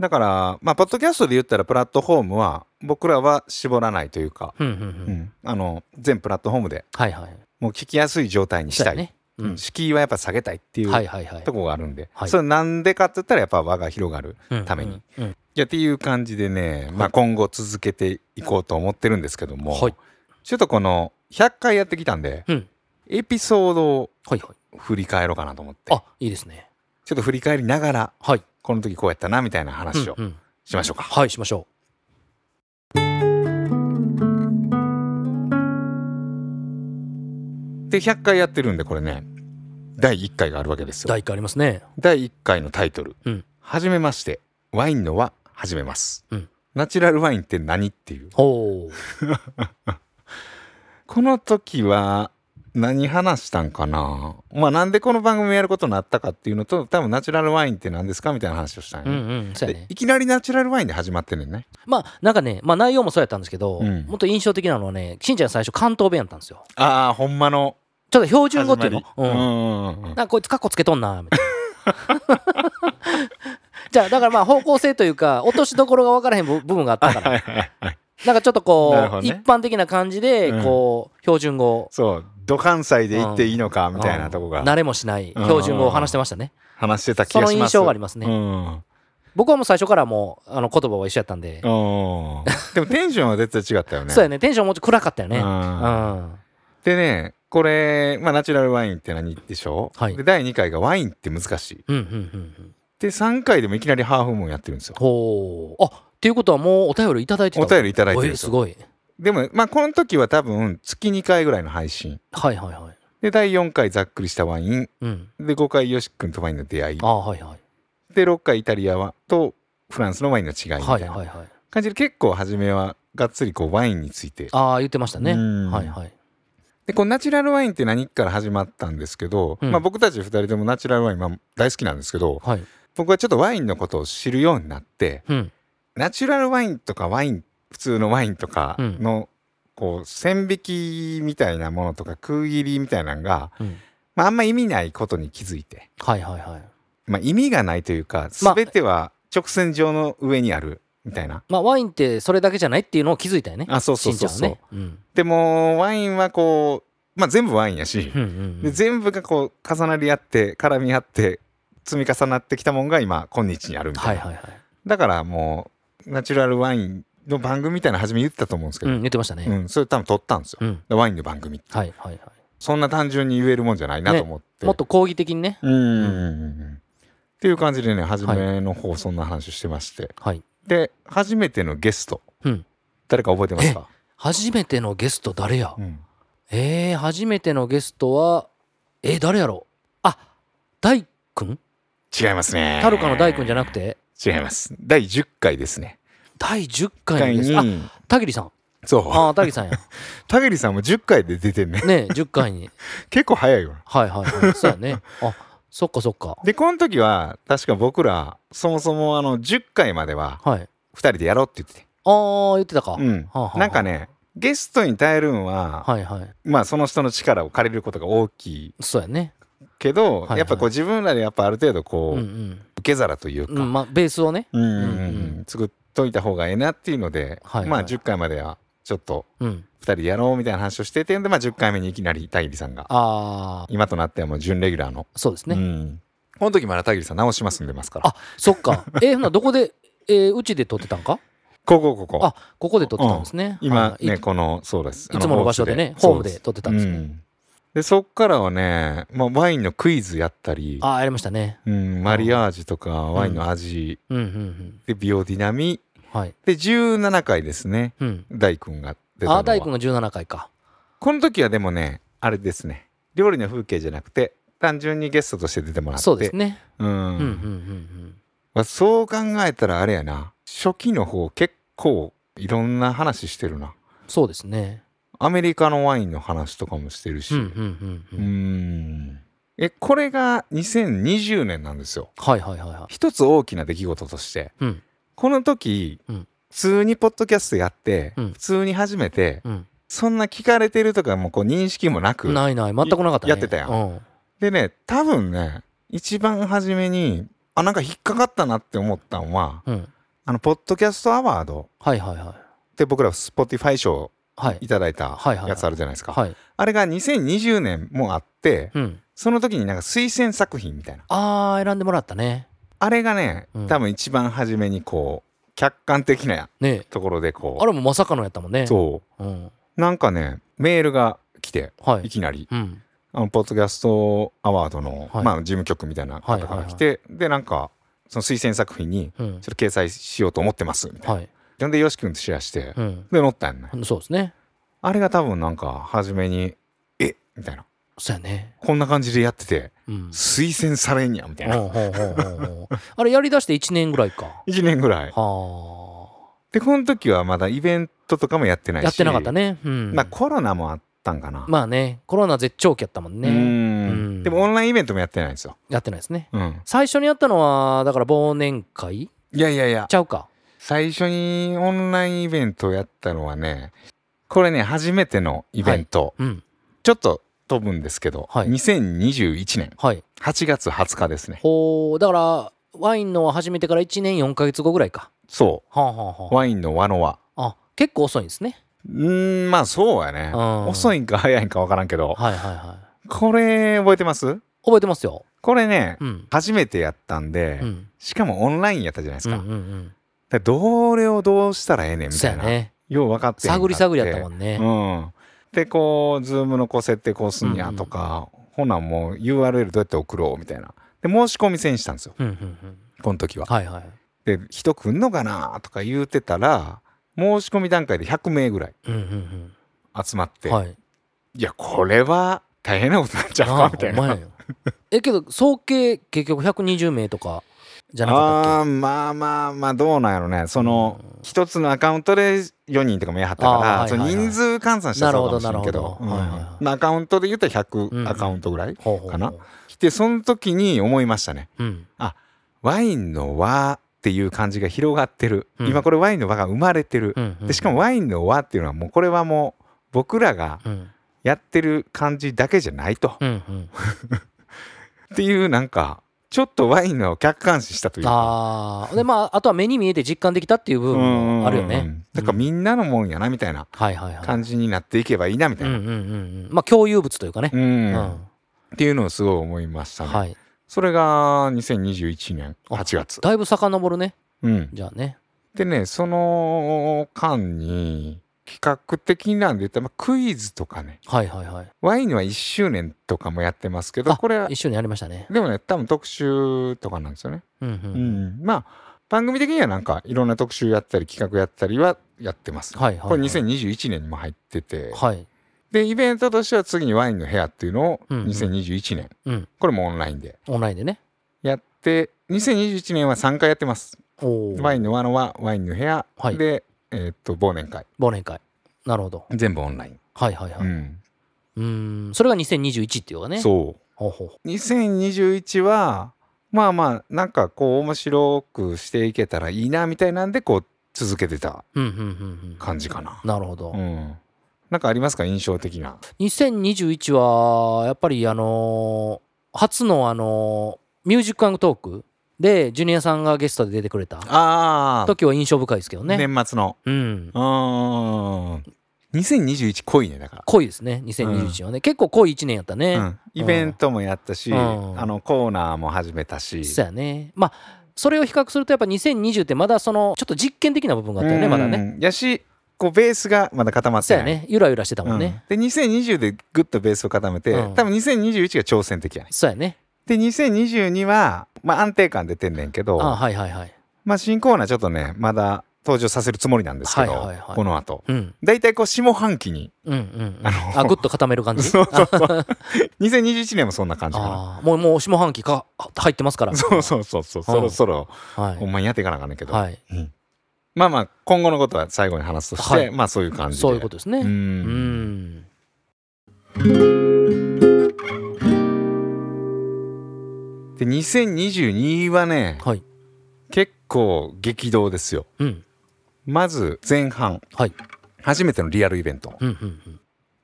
Speaker 2: だからまあポッドキャストで言ったらプラットフォームは僕らは絞らないというか、
Speaker 3: うんうん
Speaker 2: う
Speaker 3: うんん
Speaker 2: あの全プラットフォームで
Speaker 3: はいはい
Speaker 2: もう聞きやすい状態にし
Speaker 3: そう
Speaker 2: た
Speaker 3: や
Speaker 2: い、
Speaker 3: ねう
Speaker 2: うんん敷居はやっぱ下げたいっていう、
Speaker 3: はいはいはい
Speaker 2: とこがあるんで、
Speaker 3: はい
Speaker 2: それなんでかって言ったらやっぱ輪が広がる
Speaker 3: うん
Speaker 2: ために
Speaker 3: うんうん
Speaker 2: いやっていう感じでね、まあ、今後続けていこうと思ってるんですけども、
Speaker 3: はい
Speaker 2: ちょっとこの100回やってきたんで、
Speaker 3: うん
Speaker 2: エピソードを
Speaker 3: はいはい
Speaker 2: 振り返ろうかなと思って
Speaker 3: あいいですね
Speaker 2: ちょっと振り返りながら
Speaker 3: はい
Speaker 2: この時こうやったなみたいな話を
Speaker 3: うんうん
Speaker 2: しましょうか。
Speaker 3: はいしましょ
Speaker 2: で100回やってるんでこれね第1回があるわけですよ。
Speaker 3: う第一回ありますね
Speaker 2: 第1回のタイトル
Speaker 3: うん
Speaker 2: 「はじめましてワインのは始めます」
Speaker 3: うん
Speaker 2: ナチュラルワインって何?」っていう
Speaker 3: おお
Speaker 2: この時は何話したんかなまあなんでこの番組やることになったかっていうのと多分ナチュラルワインって何ですかみたいな話をしたん
Speaker 3: う
Speaker 2: や、
Speaker 3: ん
Speaker 2: ね
Speaker 3: うんそうや
Speaker 2: で
Speaker 3: ね
Speaker 2: いきなりナチュラルワインで始まってんねんね
Speaker 3: まあなんかねまあ内容もそうやったんですけど
Speaker 2: うん
Speaker 3: もっと印象的なのはねしんちゃん最初関東弁やったんですよ
Speaker 2: ああほんまの
Speaker 3: ちょっと標
Speaker 2: 始
Speaker 3: 準語っ
Speaker 2: ま
Speaker 3: てい
Speaker 2: り
Speaker 3: うの
Speaker 2: う
Speaker 3: うん
Speaker 2: んうんうんうん
Speaker 3: なんかこいつカッコつけとんなみたいな。じゃあだからまあ方向性というか落としどころが分からへん部部分があったからなんかちょ
Speaker 2: な
Speaker 3: っと
Speaker 2: るほ
Speaker 3: こ
Speaker 2: ど
Speaker 3: う
Speaker 2: ね
Speaker 3: 一般的な感じで
Speaker 2: うん
Speaker 3: こう標準語
Speaker 2: そうど関西で行っていいのかみたいなとこ
Speaker 3: うん
Speaker 2: が
Speaker 3: 慣れもしない標準語を話してましたね
Speaker 2: 話してた気
Speaker 3: そ
Speaker 2: が
Speaker 3: の
Speaker 2: しま
Speaker 3: 印
Speaker 2: す
Speaker 3: 象がありますね
Speaker 2: うん
Speaker 3: 僕はもう最初からもうあの言葉は一緒やったんで
Speaker 2: うんでもテンションは絶対違ったよね
Speaker 3: そうやねテンションもうちょっと暗かったよねうん
Speaker 2: うん
Speaker 3: は
Speaker 2: でねこれ、まあ、ナチュラルワインって何でしょう、
Speaker 3: はい
Speaker 2: で第2回がワインって難しい
Speaker 3: いうんうんうんうん
Speaker 2: で3回でもいきなりハーフムーンやってるんですよ
Speaker 3: ほうあっていうことはもうお便りいただいてた
Speaker 2: お便りいただいてるん
Speaker 3: お
Speaker 2: で
Speaker 3: い
Speaker 2: す
Speaker 3: す
Speaker 2: よ
Speaker 3: ごい
Speaker 2: でもまあこの時は多分月2回ぐらいの配信
Speaker 3: はいはいはい
Speaker 2: で第4回ざっくりしたワイン
Speaker 3: うん
Speaker 2: で5回よし君とワインの出会い
Speaker 3: ああはいはい
Speaker 2: で6回イタリアはとフランスのワインの違いみたいな
Speaker 3: はいはいはい
Speaker 2: 感じで結構初めはがっつりこうワインについて
Speaker 3: ああ言ってましたね
Speaker 2: うん
Speaker 3: はいはい
Speaker 2: でこのナチュラルワインって何から始まったんですけど、
Speaker 3: うん
Speaker 2: まあ、僕たち2人ともナチュラルワインまあ大好きなんですけど
Speaker 3: はい
Speaker 2: 僕はちょっとワインのことを知るようになって
Speaker 3: うん
Speaker 2: ナチュラルワインとかワイン普通のワインとかの、こう線引きみたいなものとか空切りみたいなのが、
Speaker 3: うん
Speaker 2: まあ、あんま意味ないことに気づいて、
Speaker 3: はいはいはい
Speaker 2: まあ、意味がないというか
Speaker 3: まあ
Speaker 2: 全ては直線上の上にあるみたいな。
Speaker 3: まあワインってそれだけじゃないっていうのを気づいたよね
Speaker 2: あそうそう
Speaker 3: しん
Speaker 2: そ
Speaker 3: ちゃ
Speaker 2: うんそ
Speaker 3: は
Speaker 2: う、
Speaker 3: ねうん
Speaker 2: でもワインはこう、まあ、全部ワインやし
Speaker 3: う、んうんう
Speaker 2: で
Speaker 3: ん
Speaker 2: 全部がこう重なり合って絡み合って積み重なってきたもんが今今日にあるみた
Speaker 3: はいい
Speaker 2: な、
Speaker 3: はいはい
Speaker 2: だからもうナチュラルワインの番組みたいなの初め言ってたと思うんですけ
Speaker 3: う
Speaker 2: ど、
Speaker 3: ん言ってました
Speaker 2: う
Speaker 3: ね
Speaker 2: ん、それ多分撮ったんですよ、
Speaker 3: うん
Speaker 2: ワインの番組
Speaker 3: はいはいはい
Speaker 2: そんな単純に言えるもんじゃないなと思って、
Speaker 3: もっと抗議的にね
Speaker 2: うんうんうんうんっていう感じでね初めの方そんな話をしてまして、
Speaker 3: はい
Speaker 2: で初めてのゲスト、
Speaker 3: うん
Speaker 2: 誰か覚えてますか、
Speaker 3: 初めてのゲスト誰や
Speaker 2: うん
Speaker 3: えー初めてのゲストはえー誰やろあ大君
Speaker 2: 違いますね
Speaker 3: タルカの大君じゃなくて
Speaker 2: 違います第10回ですね
Speaker 3: 第10回
Speaker 2: 回
Speaker 3: のゲストあ
Speaker 2: に
Speaker 3: 田切さん
Speaker 2: そう
Speaker 3: ああ田切さんや
Speaker 2: 田切さんも10回で出てんね
Speaker 3: ね10回 に
Speaker 2: 結構早いよな
Speaker 3: はいはいはいそうやねあそっかそっか
Speaker 2: でこの時は確か僕らそもそもあの10回までは
Speaker 3: はい
Speaker 2: 2人でやろうって言ってて
Speaker 3: ああ言ってたか
Speaker 2: うん
Speaker 3: はあはあ
Speaker 2: なんかねゲストに耐えるんは、
Speaker 3: はいはい
Speaker 2: まあその人の力を借りることが大きい
Speaker 3: そうやね
Speaker 2: けど、
Speaker 3: はいはい
Speaker 2: やっぱこう自分らでやっぱある程度
Speaker 3: う
Speaker 2: こ
Speaker 3: ん
Speaker 2: う、
Speaker 3: うん
Speaker 2: 受け皿というか、
Speaker 3: うんまあベースをね
Speaker 2: うんうん
Speaker 3: うんう
Speaker 2: うん作っといた方がええなっていうので、
Speaker 3: はいはい
Speaker 2: まあ10回まではちょっと
Speaker 3: うん
Speaker 2: 2人でやろうみたいな話をしててんで、まあ、10回目にいきなり田切さんが
Speaker 3: ああ
Speaker 2: 今となってはもう準レギュラーの、
Speaker 3: そうですね、
Speaker 2: うんこの時まだ田切さん直しますんでますから
Speaker 3: あそっか えほなどこでえーうちで撮ってたんか
Speaker 2: ここここ
Speaker 3: あここで撮ってたんですね、
Speaker 2: 今
Speaker 3: はい
Speaker 2: ねこのそうです
Speaker 3: いつもの場所でねホームで撮ってたんですね、
Speaker 2: ねでそっからはね、まあ、ワインのクイズやったり、
Speaker 3: ああやりましたね
Speaker 2: うん、マリアージュとかワインの味、
Speaker 3: うんうんうん
Speaker 2: でビオディナミ
Speaker 3: はい
Speaker 2: で17回ですね
Speaker 3: うん
Speaker 2: 大君が出たの
Speaker 3: あ
Speaker 2: は
Speaker 3: あ大君が17回か
Speaker 2: この時はでもねあれですね料理の風景じゃなくて単純にゲストとして出てもらって
Speaker 3: そうですね
Speaker 2: うん
Speaker 3: うんうんうんうん
Speaker 2: まあそう考えたらあれやな初期の方結構いろんな話してるな
Speaker 3: そうですね
Speaker 2: アメリカのワインの話とかもしてるし
Speaker 3: うんうんうん
Speaker 2: う
Speaker 3: うん
Speaker 2: んえこれが2020年なんですよ
Speaker 3: はいはいはいはい
Speaker 2: 一つ大きな出来事として
Speaker 3: うん
Speaker 2: この時、
Speaker 3: うん
Speaker 2: 普通にポッドキャストやって、
Speaker 3: うん
Speaker 2: 普通に始めて
Speaker 3: うん
Speaker 2: そんな聞かれてるとかもこう認識もなく
Speaker 3: ないない全くなかったね
Speaker 2: やってたやん
Speaker 3: うん
Speaker 2: でね多分ね一番初めにあなんか引っかかったなって思ったのは
Speaker 3: うん
Speaker 2: あのポッドキャストアワード
Speaker 3: はいはいはい
Speaker 2: って僕ら Spotify 賞
Speaker 3: はい
Speaker 2: いただいた
Speaker 3: はいはい
Speaker 2: やつあるじゃないですか、
Speaker 3: はい
Speaker 2: あれが2020年もあって
Speaker 3: うん
Speaker 2: その時になんか推薦作品みたいな
Speaker 3: ああ選んでもらったね
Speaker 2: あれがね、
Speaker 3: うん
Speaker 2: 多分一番初めにこう客観的な
Speaker 3: ねえ
Speaker 2: ところでこう
Speaker 3: あれもまさかのやったもんね
Speaker 2: そ
Speaker 3: うん
Speaker 2: うなんかねメールが来て
Speaker 3: はいい
Speaker 2: きなり
Speaker 3: うん
Speaker 2: あのポッドキャストアワードの、
Speaker 3: はい
Speaker 2: まあ、事務局みたいな方から来て、でなんかその推薦作品に
Speaker 3: うん
Speaker 2: ちょっと掲載しようと思ってますみたいな、
Speaker 3: はい
Speaker 2: ほんでよし君とシェアして、
Speaker 3: うん
Speaker 2: で乗ったんね、
Speaker 3: そうですね
Speaker 2: あれが多分なんか初めに「えみたいな
Speaker 3: そうやね
Speaker 2: こんな感じでやってて
Speaker 3: うん
Speaker 2: 推薦されんやみたいな、
Speaker 3: ほうほうほうほうほうあれやりだして1年ぐらいか
Speaker 2: 1年ぐらい
Speaker 3: は
Speaker 2: でこの時はまだイベントとかもやってな
Speaker 3: あ
Speaker 2: いし
Speaker 3: やってなかったねうん
Speaker 2: まあコロナもあったんかな、
Speaker 3: まあねコロナ絶頂期やったもん
Speaker 2: う
Speaker 3: ね
Speaker 2: ん
Speaker 3: うん
Speaker 2: でもオンラインイベントもやってないんですよ、
Speaker 3: やってないですね
Speaker 2: うん、
Speaker 3: 最初にやったのはだから忘年会
Speaker 2: いやいやいや
Speaker 3: ちゃうか
Speaker 2: 最初にオンラインイベントをやったのはねこれね初めてのイベント、
Speaker 3: うん
Speaker 2: ちょっと飛ぶんですけど、
Speaker 3: はい
Speaker 2: 2021年
Speaker 3: はい
Speaker 2: 8月20日ですね
Speaker 3: ほうだからワインの始めてから1年4ヶ月後ぐらいか
Speaker 2: そ
Speaker 3: はあはあ
Speaker 2: う
Speaker 3: は
Speaker 2: ワインの和の和
Speaker 3: ああ結構遅いんですね
Speaker 2: うーんまあそうやね
Speaker 3: うん
Speaker 2: 遅いんか早いんか分からんけど
Speaker 3: はいはいはい
Speaker 2: これ覚えてます
Speaker 3: 覚えてますよ
Speaker 2: これね、
Speaker 3: うん
Speaker 2: 初めてやったんで、
Speaker 3: うん
Speaker 2: しかもオンラインやったじゃないで
Speaker 3: う
Speaker 2: す
Speaker 3: んう
Speaker 2: か,、
Speaker 3: んうん
Speaker 2: だからどれをどうしたらええねんみ
Speaker 3: そ
Speaker 2: た
Speaker 3: うや
Speaker 2: いな、
Speaker 3: ね
Speaker 2: よう分かってへんか
Speaker 3: 探り探りやったも
Speaker 2: ね、
Speaker 3: んね
Speaker 2: うん、でこうズームのこう設定こうすんやとか、ほなもう URL どうやって送ろうみたいなで申し込み制にしたんですよ
Speaker 3: うんうんうん
Speaker 2: この時は
Speaker 3: はいはい
Speaker 2: で人来んのかなとか言うてたら申し込み段階で100名ぐらい
Speaker 3: うんうん
Speaker 2: 集まっ
Speaker 3: う
Speaker 2: て、、
Speaker 3: んはいい
Speaker 2: やこれは大変なことになっちゃう
Speaker 3: あ
Speaker 2: か
Speaker 3: あ
Speaker 2: みたい
Speaker 3: ほん
Speaker 2: な
Speaker 3: まやよえけど総計結局120名とかじゃなかったっ
Speaker 2: あーまあまあまあどうなんやろねその
Speaker 3: うん
Speaker 2: 一つのアカウントで4人とかもやはったか
Speaker 3: あ
Speaker 2: ら
Speaker 3: ー
Speaker 2: その
Speaker 3: はいはいはい
Speaker 2: 人数換算したらそうかもし
Speaker 3: なる
Speaker 2: れん
Speaker 3: ほ
Speaker 2: け
Speaker 3: ど
Speaker 2: ど
Speaker 3: なるほどはいはいはい
Speaker 2: うんまあアカウントで言ったら
Speaker 3: うん
Speaker 2: 100アカウントぐらい
Speaker 3: けほうほうほう
Speaker 2: かな来てその時に思いましたね
Speaker 3: うん
Speaker 2: ワインの和っていう感じが広がってる、
Speaker 3: うん
Speaker 2: 今これワインの和が生まれてる
Speaker 3: う、んうん
Speaker 2: でしかもワインの和っていうのはもうこれはもう僕らが
Speaker 3: うん
Speaker 2: やってる感じだけじゃないと、
Speaker 3: うんうん
Speaker 2: っていうなんかちょっとワインの客観視したというか
Speaker 3: ああでまああとは目に見えて実感できたっていう部
Speaker 2: う
Speaker 3: 分
Speaker 2: ん
Speaker 3: もあるよね
Speaker 2: だからみんなのもんやなみたいな
Speaker 3: はいはいはい
Speaker 2: 感じになっていけばいいなみ
Speaker 3: う
Speaker 2: た
Speaker 3: ん
Speaker 2: い
Speaker 3: うん
Speaker 2: な、
Speaker 3: うんうんまあ共有物というかね
Speaker 2: うん
Speaker 3: うん
Speaker 2: っていうのをすごい思いましたね、
Speaker 3: はい
Speaker 2: それが2021年8月、
Speaker 3: だいぶ遡るね
Speaker 2: うん、
Speaker 3: じゃあね
Speaker 2: でねその間に企画的なんで言ったら、まあ、クイズとかね
Speaker 3: はいはいはい
Speaker 2: ワインは1周年とかもやってますけど
Speaker 3: あ
Speaker 2: これは
Speaker 3: 一緒にやりましたね
Speaker 2: でもね多分特集とかなんですよね、
Speaker 3: うんう
Speaker 2: うんん、まあ番組的にはなんかいろんな特集やったり企画やったりはやってます、
Speaker 3: はいはいはい
Speaker 2: これ2021年にも入ってて、
Speaker 3: はい
Speaker 2: でイベントとしては次にワインの部屋っていうのを
Speaker 3: うんうん
Speaker 2: 2021年、
Speaker 3: うん
Speaker 2: これもオンラインで
Speaker 3: オンラインでね
Speaker 2: やって2021年は3回やってます
Speaker 3: おお
Speaker 2: ワインの輪の輪ワインの部屋、
Speaker 3: はい
Speaker 2: でえーっと忘年会
Speaker 3: 忘年会なるほど
Speaker 2: 全部オンライン、
Speaker 3: はいはいは
Speaker 2: う
Speaker 3: い
Speaker 2: ん
Speaker 3: うーんそれが2021っていうかね
Speaker 2: そ
Speaker 3: ほうほう
Speaker 2: う2021はまあまあなんかこう面白くしていけたらいいなみたいなんでこう続けてた
Speaker 3: うんうんうんうん
Speaker 2: 感じかな、
Speaker 3: なるほど
Speaker 2: うんなんかありますか印象的な
Speaker 3: 2021はやっぱりあのー初のあのーミュージックトークでジュニアさんがゲストで出てくれた
Speaker 2: ああ、
Speaker 3: 時は印象深いですけどね。
Speaker 2: 年末の
Speaker 3: うん
Speaker 2: うーん2021濃いねだから
Speaker 3: 濃いですね2021はね、結構濃い1年やったね。
Speaker 2: うん、イベントもやったし、
Speaker 3: うん
Speaker 2: あのコーナーも始めたし、
Speaker 3: そうやね。まあそれを比較するとやっぱ2020ってまだそのちょっと実験的な部分があったよねまだね。
Speaker 2: うんやしこうベースがまだ固まって
Speaker 3: そう
Speaker 2: ない
Speaker 3: やねゆらゆらしてた
Speaker 2: う
Speaker 3: もん
Speaker 2: ん
Speaker 3: ね。
Speaker 2: で2020でグッとベースを固めて、
Speaker 3: うん
Speaker 2: 多分2021が挑戦的やね
Speaker 3: そうやね。
Speaker 2: で2022は、まあ、安定感出てんねんけど
Speaker 3: あはいはいはい。
Speaker 2: まあ、新コーナーちょっとねまだ登場させるつもりなんですけど、
Speaker 3: はいはいはい
Speaker 2: この後
Speaker 3: うん
Speaker 2: 大体こう下半期 に
Speaker 3: うんうん、うん、
Speaker 2: あ
Speaker 3: あ
Speaker 2: の
Speaker 3: ぐっと固める感じ
Speaker 2: そうそうそう2021年もそんな感じかな
Speaker 3: ああもうもう下半期かあ入ってますから
Speaker 2: そうそうそうそう、そろそろ
Speaker 3: は
Speaker 2: ほん
Speaker 3: い、
Speaker 2: まにやっていかなあかんねんけど、
Speaker 3: はい、
Speaker 2: まあまあ今後のことは最後に話すとして、
Speaker 3: はい
Speaker 2: まあそういう感じで
Speaker 3: そういうことですね
Speaker 2: う
Speaker 3: うんん
Speaker 2: で2022はね
Speaker 3: はい
Speaker 2: 結構激動ですよ
Speaker 3: うん
Speaker 2: まず前半、
Speaker 3: はい
Speaker 2: 初めてのリアルイベント
Speaker 3: うんうん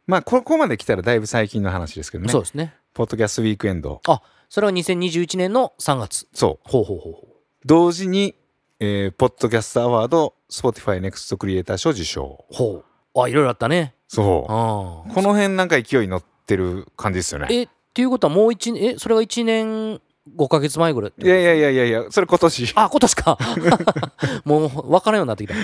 Speaker 2: まあここまで来たらだいぶ最近の話ですけ
Speaker 3: う
Speaker 2: ど
Speaker 3: ん
Speaker 2: ね
Speaker 3: そうですね
Speaker 2: ポッドキャストウィークエンド
Speaker 3: それは2021年の3月
Speaker 2: そう
Speaker 3: ほうほうほうほ
Speaker 2: 同時に、えーポッドキャストアワード Spotify ネクストクリエイター賞受賞
Speaker 3: うほうあいろいろあったね
Speaker 2: そう
Speaker 3: ああ
Speaker 2: この辺なんか勢いに乗ってる感じですよね
Speaker 3: えっていうことはもう一年えそれが1年5か月前ぐらい
Speaker 2: いやいやいやいやいやそれ今年、
Speaker 3: あ今年かもう分からんようになってきた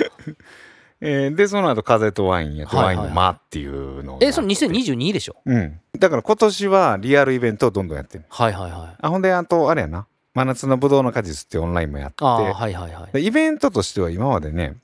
Speaker 2: えーでその後風とワインやって、
Speaker 3: はい
Speaker 2: ワイ
Speaker 3: はい
Speaker 2: ンの間っていうのを
Speaker 3: えその
Speaker 2: やって
Speaker 3: 2022でしょ
Speaker 2: うんだから今年はリアルイベントをどんどんやってる
Speaker 3: はいはいはい
Speaker 2: あほんであとあれやな真夏のぶどうの果実ってオンラインもやって
Speaker 3: ああはいはいはい
Speaker 2: でイベントとしては今までね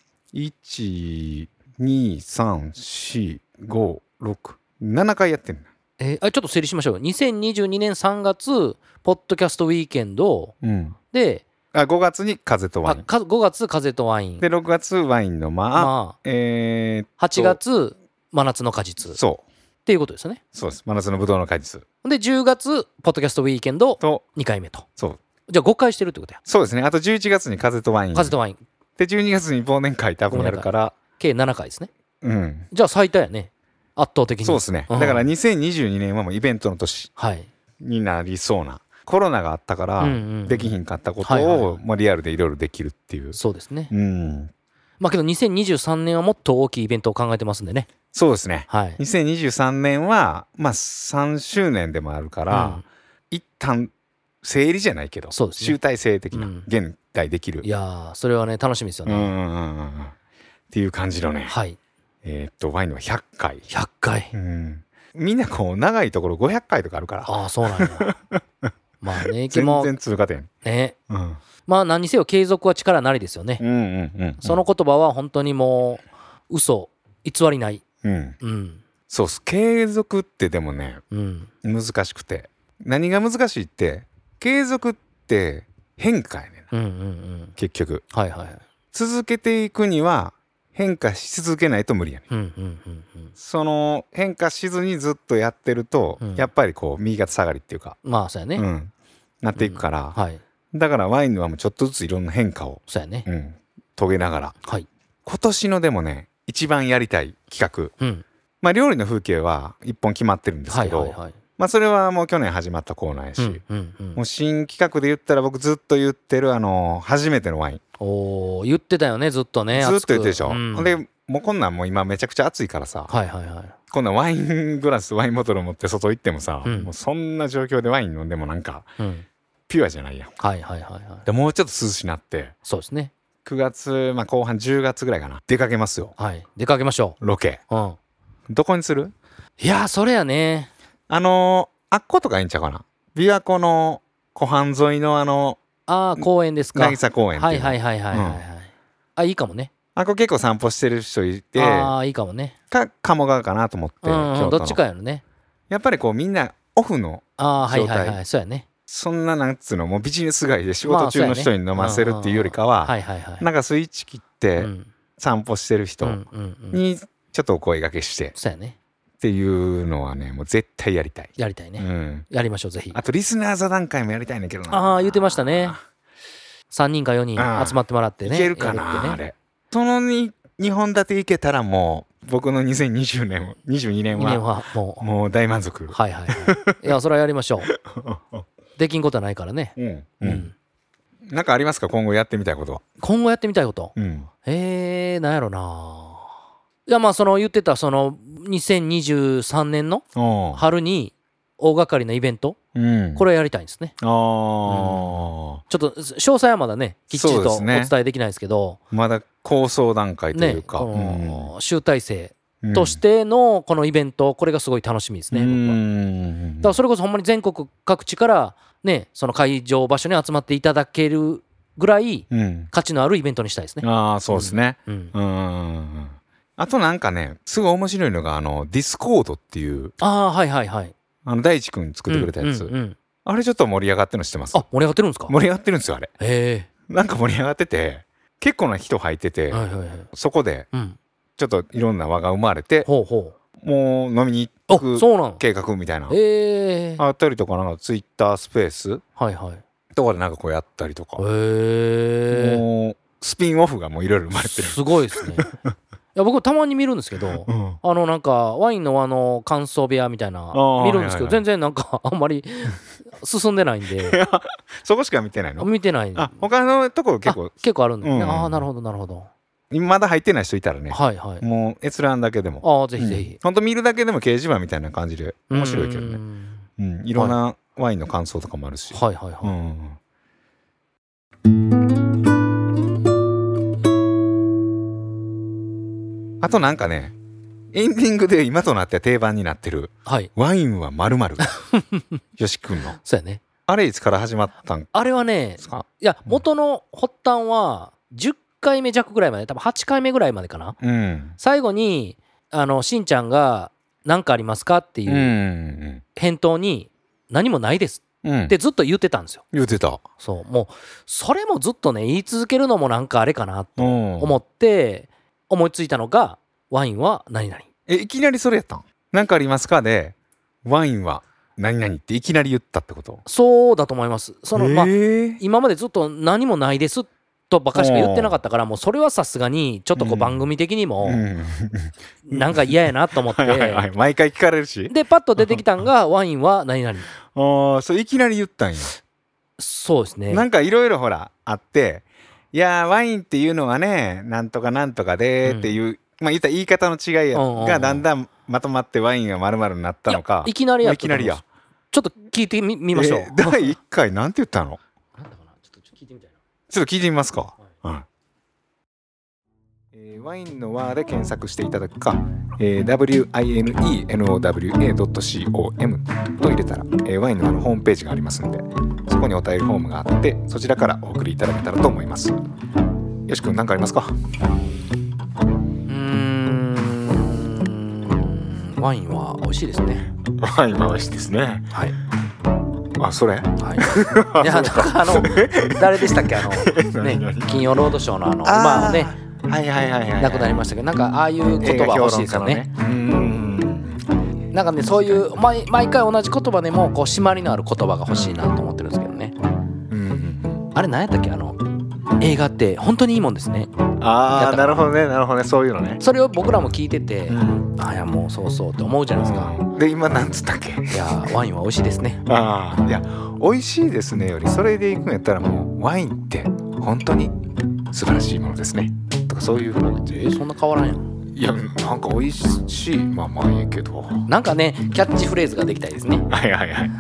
Speaker 2: 1234567回やってる
Speaker 3: えーあちょっと整理しましょう2022年3月ポッドキャストウィーケンド
Speaker 2: うん
Speaker 3: で
Speaker 2: あ5月に風とワ
Speaker 3: あ
Speaker 2: イン
Speaker 3: か5月風とワイン
Speaker 2: で6月ワインの間、
Speaker 3: ま
Speaker 2: えー、
Speaker 3: あ、8月真夏の果実っ
Speaker 2: そう
Speaker 3: ていうことですよね
Speaker 2: そうです真夏のぶどうの果実
Speaker 3: で10月ポッドキャストウィーケンド
Speaker 2: と
Speaker 3: 2回目と
Speaker 2: そう
Speaker 3: じゃあ5回してるってことや
Speaker 2: そうですねあと11月に風とワイン
Speaker 3: 風とワイン
Speaker 2: で12月に忘年会多分やるから
Speaker 3: 計7回ですね
Speaker 2: うん
Speaker 3: じゃあ最多やね圧倒的に
Speaker 2: そうですねだ
Speaker 3: ん
Speaker 2: から2022年はもうイベントの年
Speaker 3: はい、
Speaker 2: になりそうなコロナがあったから、
Speaker 3: うんうん
Speaker 2: できひんかったこ
Speaker 3: はいはい
Speaker 2: と
Speaker 3: は
Speaker 2: を、まあ、リアルでいろいろできるっていう、
Speaker 3: そうですね
Speaker 2: うん、
Speaker 3: まあけど2023年はもっと大きいイベントを考えてますんでね
Speaker 2: そうですね
Speaker 3: はい
Speaker 2: 2023年は、まあ、3周年でもあるから、
Speaker 3: うん
Speaker 2: 一旦整理じゃないけど、
Speaker 3: そうですね
Speaker 2: 集大成的な、
Speaker 3: うん
Speaker 2: 現代できる
Speaker 3: いやーそれはね楽しみですよ
Speaker 2: うん
Speaker 3: ね、
Speaker 2: うんうんうんっていう感じのね、
Speaker 3: はい
Speaker 2: えーっとワインの100回、
Speaker 3: 100回
Speaker 2: うん、みんなこう長いところ500回とかあるから
Speaker 3: ああそうな んやまあね
Speaker 2: 全
Speaker 3: も
Speaker 2: 然通過点、
Speaker 3: ね
Speaker 2: うん、
Speaker 3: まあ何にせよ継続は力なりですよね、
Speaker 2: うんうんうん
Speaker 3: その、言葉は本当にもう嘘偽りない
Speaker 2: うん、
Speaker 3: うん
Speaker 2: そうっす継続ってでもね
Speaker 3: うん
Speaker 2: 難しくて何が難しいって継続って変化やねんな
Speaker 3: うんうんうん
Speaker 2: 結局
Speaker 3: はいはいはい
Speaker 2: 続けていくには変化し続けないと無理やねん
Speaker 3: うんうんうんうん
Speaker 2: その変化しずにずっとやってると、
Speaker 3: うん
Speaker 2: やっぱりこう右肩下がりっていうか、
Speaker 3: まあそうやね、
Speaker 2: うん、なっていくから、
Speaker 3: はい
Speaker 2: だからワインはもうちょっとずついろんな変化を、
Speaker 3: そうやね、
Speaker 2: うん、遂げながら
Speaker 3: はい
Speaker 2: 今年のでもね一番やりたい企画
Speaker 3: うん
Speaker 2: まあ料理の風景は一本決まってるんです
Speaker 3: は
Speaker 2: け
Speaker 3: い
Speaker 2: ど、
Speaker 3: はいはい
Speaker 2: まあそれはもう去年始まったコーナーやし、
Speaker 3: うんうんうん
Speaker 2: もう新企画で言ったら僕ずっと言ってるあの初めてのワイン
Speaker 3: おー言ってたよねずっとね
Speaker 2: ずっ
Speaker 3: 熱
Speaker 2: と
Speaker 3: く
Speaker 2: 言ってるでしょ、
Speaker 3: うん
Speaker 2: ほんでもうこんなんもう今めちゃくちゃ暑いからさ
Speaker 3: はいはいはい
Speaker 2: こんなんワイングラスワインボトル持って外行ってもさ、
Speaker 3: うん
Speaker 2: もうそんな状況でワイン飲んでもなんか
Speaker 3: うん
Speaker 2: ピュアじゃないやん
Speaker 3: はいはいはいはい
Speaker 2: でもうちょっと涼しなって
Speaker 3: そうですね
Speaker 2: 9月、まあ、後半10月ぐらいかな出かけますよ
Speaker 3: はい出かけましょ
Speaker 2: ロケ
Speaker 3: ううん
Speaker 2: どこにする
Speaker 3: いやーそれやね
Speaker 2: あのー、あっことかいいんちゃうかな琵琶湖の湖畔沿いのあの
Speaker 3: ああ公園ですか
Speaker 2: 渚公園って
Speaker 3: は
Speaker 2: いう
Speaker 3: い
Speaker 2: の
Speaker 3: はいはいはいはい、はいあいいかもね
Speaker 2: あっこ結構散歩してる人いて
Speaker 3: ああいいかもね
Speaker 2: か鴨川かなと思って、
Speaker 3: うんう
Speaker 2: 京都
Speaker 3: んど
Speaker 2: の
Speaker 3: っちかやろね
Speaker 2: やっぱりこうみんなオフの
Speaker 3: ああーはい
Speaker 2: 状態
Speaker 3: はいはいそうやね
Speaker 2: そんななんつうのもうビジネス街で仕
Speaker 3: ま
Speaker 2: 事中
Speaker 3: あ
Speaker 2: の
Speaker 3: そう
Speaker 2: 人
Speaker 3: や
Speaker 2: に
Speaker 3: ね
Speaker 2: 飲ませるっていうよりかは、
Speaker 3: はいはいはい
Speaker 2: なんかスイッチ切っ
Speaker 3: う
Speaker 2: て
Speaker 3: ん
Speaker 2: 散歩してる人
Speaker 3: うんうんうん
Speaker 2: にちょっとお声掛けして
Speaker 3: そうやね
Speaker 2: っていうのはねもう絶対やりたい、
Speaker 3: やりたいうね
Speaker 2: ん、
Speaker 3: やりましょうぜひ
Speaker 2: あとリスナー座談会もやりたいねんだけどな
Speaker 3: ああ言ってましたね3人か4
Speaker 2: あー
Speaker 3: 人集まってもらって
Speaker 2: い
Speaker 3: ね
Speaker 2: けるかな
Speaker 3: やるっ
Speaker 2: あ
Speaker 3: てね
Speaker 2: れそのに2本立ていけたらもう僕の2020年を22年
Speaker 3: 2年
Speaker 2: は
Speaker 3: はもう
Speaker 2: もう大満足、
Speaker 3: はいはい、はい、いやそれはやりましょう できんことはないからね、
Speaker 2: うん
Speaker 3: う
Speaker 2: うんん、なんかありますか今後やってみたいことは、
Speaker 3: 今後やってみたいこと
Speaker 2: うん、
Speaker 3: えー、なんやろないやまあその言ってたその2023年の
Speaker 2: お
Speaker 3: 春に大掛かりなイベント
Speaker 2: ううん
Speaker 3: こ
Speaker 2: れ
Speaker 3: れやりたいんですね
Speaker 2: あー
Speaker 3: ちょっと詳細はまだねきっちり
Speaker 2: そうで
Speaker 3: とお
Speaker 2: すね
Speaker 3: 伝えできないですけど
Speaker 2: まだ構想段階とい
Speaker 3: ね
Speaker 2: うか、
Speaker 3: この集大成
Speaker 2: うん
Speaker 3: としてのこのイベントこれがすごい楽しみですね
Speaker 2: う
Speaker 3: 僕は
Speaker 2: ん
Speaker 3: だからそれこそほんまに全国各地からねその会場場所に集まっていただけるぐらい
Speaker 2: うん
Speaker 3: 価値のあるイベントにしたいですね。
Speaker 2: ああそうですね、
Speaker 3: うん、
Speaker 2: うんうんうんあとなんかねすごい面白いのがあのディスコードっていう
Speaker 3: ああーはいはいはい。
Speaker 2: あの大地君作ってくれたやつ、
Speaker 3: うんうんうん
Speaker 2: あれちょっと盛り上がってるの知ってます
Speaker 3: あ盛り上がってるんですか。
Speaker 2: 盛り上がってるんですよあれ
Speaker 3: へ
Speaker 2: なんか盛り上がってて結構な人入ってて、
Speaker 3: え。はいはいはい。
Speaker 2: そこで
Speaker 3: うん。
Speaker 2: ちょっといろんな輪が生まれて
Speaker 3: ほうほ
Speaker 2: もう飲みに
Speaker 3: う。
Speaker 2: 行
Speaker 3: あ
Speaker 2: く
Speaker 3: そうなの。
Speaker 2: 計画みたいな
Speaker 3: へえ。
Speaker 2: あったりとかなんかツイッタースペース
Speaker 3: はいはい。へ
Speaker 2: とかでなんかこうやったりとか、
Speaker 3: え。
Speaker 2: もうスピンオフがもういろいろ生まれてる、
Speaker 3: すごいですね。いや僕たまに見るんですけ ど。
Speaker 2: うん
Speaker 3: あのなんかワインのあの感想部屋みたいな
Speaker 2: ー
Speaker 3: 見るんですけど
Speaker 2: はいはいは
Speaker 3: 全然なんかあんまり 進んでないんで
Speaker 2: そこしか見てないの
Speaker 3: 見てない
Speaker 2: あ他のところ結構
Speaker 3: あ結構あるんだよね、
Speaker 2: うん
Speaker 3: ああなるほどなるほど
Speaker 2: まだ入ってない人いたらね
Speaker 3: はいはい
Speaker 2: もう閲覧だけでも
Speaker 3: ああぜひぜひ、
Speaker 2: ほんと見るだけでも掲示板みたいな感じで面白いけど
Speaker 3: う
Speaker 2: ね
Speaker 3: ん
Speaker 2: うん、いろんなワインの感想とかもあるし、
Speaker 3: はいはいはい、
Speaker 2: うんあとなんかねエンディングで今となって定番になってる
Speaker 3: はい
Speaker 2: 「ワインはまるま る」よし君の
Speaker 3: そうやね
Speaker 2: あれいつから始まったんで
Speaker 3: あれはね
Speaker 2: すか
Speaker 3: いや元の発端は10回目弱ぐらいまで多分8回目ぐらいまでかな
Speaker 2: うん
Speaker 3: 最後にあのしんちゃんが「何かありますか?」って
Speaker 2: う
Speaker 3: いうん返答に「何もないです」
Speaker 2: うん
Speaker 3: ってずっと言ってたんですよ
Speaker 2: 言うてた
Speaker 3: そうもうそれもずっとね言い続けるのもなんかあれかなと思
Speaker 2: 思
Speaker 3: って思いついたのが「ワインは何々
Speaker 2: えいきなりそれやったんなんかありますかでワインは何々っていきなり言ったってこと」
Speaker 3: そうだと思いますその、まあ
Speaker 2: えー
Speaker 3: 今までずっと何もないですとばっかしか言ってなかったからもうそれはさすがにちょっとこ
Speaker 2: う
Speaker 3: うん番組的にも
Speaker 2: うん
Speaker 3: なんか嫌やなと思っ
Speaker 2: はいはいは
Speaker 3: て
Speaker 2: い毎回聞かれるし
Speaker 3: でパッと出てきたんがワインは何々
Speaker 2: ああそういきなり言ったんや
Speaker 3: そうですね
Speaker 2: なんかいろいろほらあっていやーワインっていうのはねなんとかなんとかでーっていう、まあ言ったら言い方の違いや
Speaker 3: うんうんうん
Speaker 2: がだんだんまとまってワインがまるまるになったのか
Speaker 3: いやいきなりやったと思
Speaker 2: いきなりや
Speaker 3: ちょっと聞いてみ見ましょう、
Speaker 2: えー第1回なんて言ったの
Speaker 3: なんだかなちょっと聞いてみたい
Speaker 2: ちょっと聞いてみますか、
Speaker 3: な、
Speaker 2: はいえーワインの輪で検索していただくか、えー winenowa.com と入れたら、えーワインの輪のホームページがありますのでそこにお便りフォームがあってそちらからお送りいただけたらと思いますよし君何かありますか
Speaker 3: うーんワインは美味しいですね
Speaker 2: ワイン回しですね。
Speaker 3: はい
Speaker 2: あ、それ。
Speaker 3: はいい やなんかあの誰でしたっけあ の
Speaker 2: 何
Speaker 3: ね
Speaker 2: 何
Speaker 3: 金曜ロードショーのあの
Speaker 2: あー
Speaker 3: まあね
Speaker 2: はいはいはいは
Speaker 3: 亡くなりましたけどなんかああいう言葉欲しいですよね
Speaker 2: うーん。
Speaker 3: なんかねそういう毎毎回同じ言葉でもこう締まりのある言葉が欲しいなと思ってるんですけどね
Speaker 2: うん。
Speaker 3: あれ何やったっけあの映画って本当にいいもんですね
Speaker 2: あ
Speaker 3: や
Speaker 2: あ、
Speaker 3: った
Speaker 2: なるほどね、なるほどね、そういうのね。
Speaker 3: それを僕らも聞いてて、
Speaker 2: ん。
Speaker 3: あいやもうそうそうって思うじゃないですか、
Speaker 2: で、今なんつったっけ。
Speaker 3: いやーワインは美味しいですね
Speaker 2: ああ、いや、美味しいですねより、それでいくんやったら、もうワインって本当に素晴らしいものですね。とか、そういうふう
Speaker 3: え
Speaker 2: に。
Speaker 3: ー、そんな変わらんやん
Speaker 2: いや、なんか美味しい、まあ、まあ、いいけど。
Speaker 3: なんかねキャッチフレーズができたいですね
Speaker 2: はいはいはい。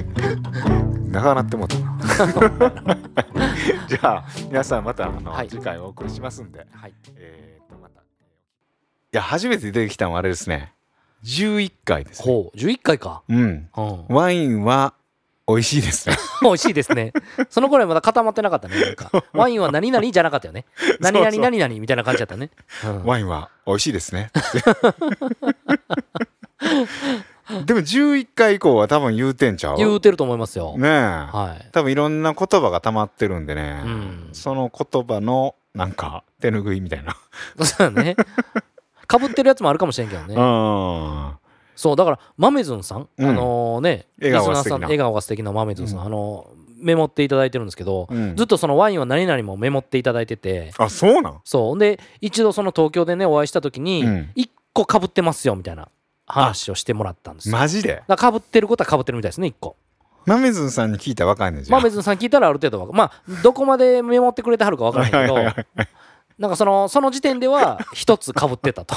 Speaker 2: 長なってもうたな。 じゃあ皆さんまたあの、
Speaker 3: はい
Speaker 2: 次回お送りしますんで、
Speaker 3: はい
Speaker 2: えー、とまた。いや初めて出てきたのはあれですね。11回です、ね。
Speaker 3: ほう11回か
Speaker 2: うん。
Speaker 3: うん
Speaker 2: ワインは美味しいですね。
Speaker 3: 美味しいですねその頃はまだ固まってなかったねなんかワインは何々じゃなかった よね何々何々みたいな感じだったね、うん
Speaker 2: ワインは美味しいですね。 でも11回以降は多分言うてんちゃう。
Speaker 3: 言うてると思いますよ、
Speaker 2: ねえ。
Speaker 3: はい
Speaker 2: 多分いろんな言葉が溜まってるんでね、
Speaker 3: うん
Speaker 2: その言葉のなんか手拭いみたいな、
Speaker 3: そうだね。かぶってるやつもあるかもしれんけどね。
Speaker 2: あ
Speaker 3: そう、だから、マメズンさん、
Speaker 2: うん
Speaker 3: あのね、
Speaker 2: 笑顔が素敵な
Speaker 3: リスナーさん、笑顔が素敵なマメズンさん、
Speaker 2: う
Speaker 3: あの、メモっていただいてるんですけど、
Speaker 2: うん
Speaker 3: ずっとそのワインは何々もメモっていただいてて
Speaker 2: あそうなん
Speaker 3: そうで一度その東京でねお会いした時に
Speaker 2: うん
Speaker 3: 1個かぶってますよみたいな話をしてもらったんですよ
Speaker 2: マジで
Speaker 3: だから被ってることは被ってるみたいですね1個
Speaker 2: マメズンさんに聞いたらわかんないじゃ
Speaker 3: まあ
Speaker 2: ん
Speaker 3: 別にさん聞いたらある程度わかまあどこまでメモってくれてはるか分からないけ
Speaker 2: はいはい
Speaker 3: どなんかそのその時点では1つ被ってたと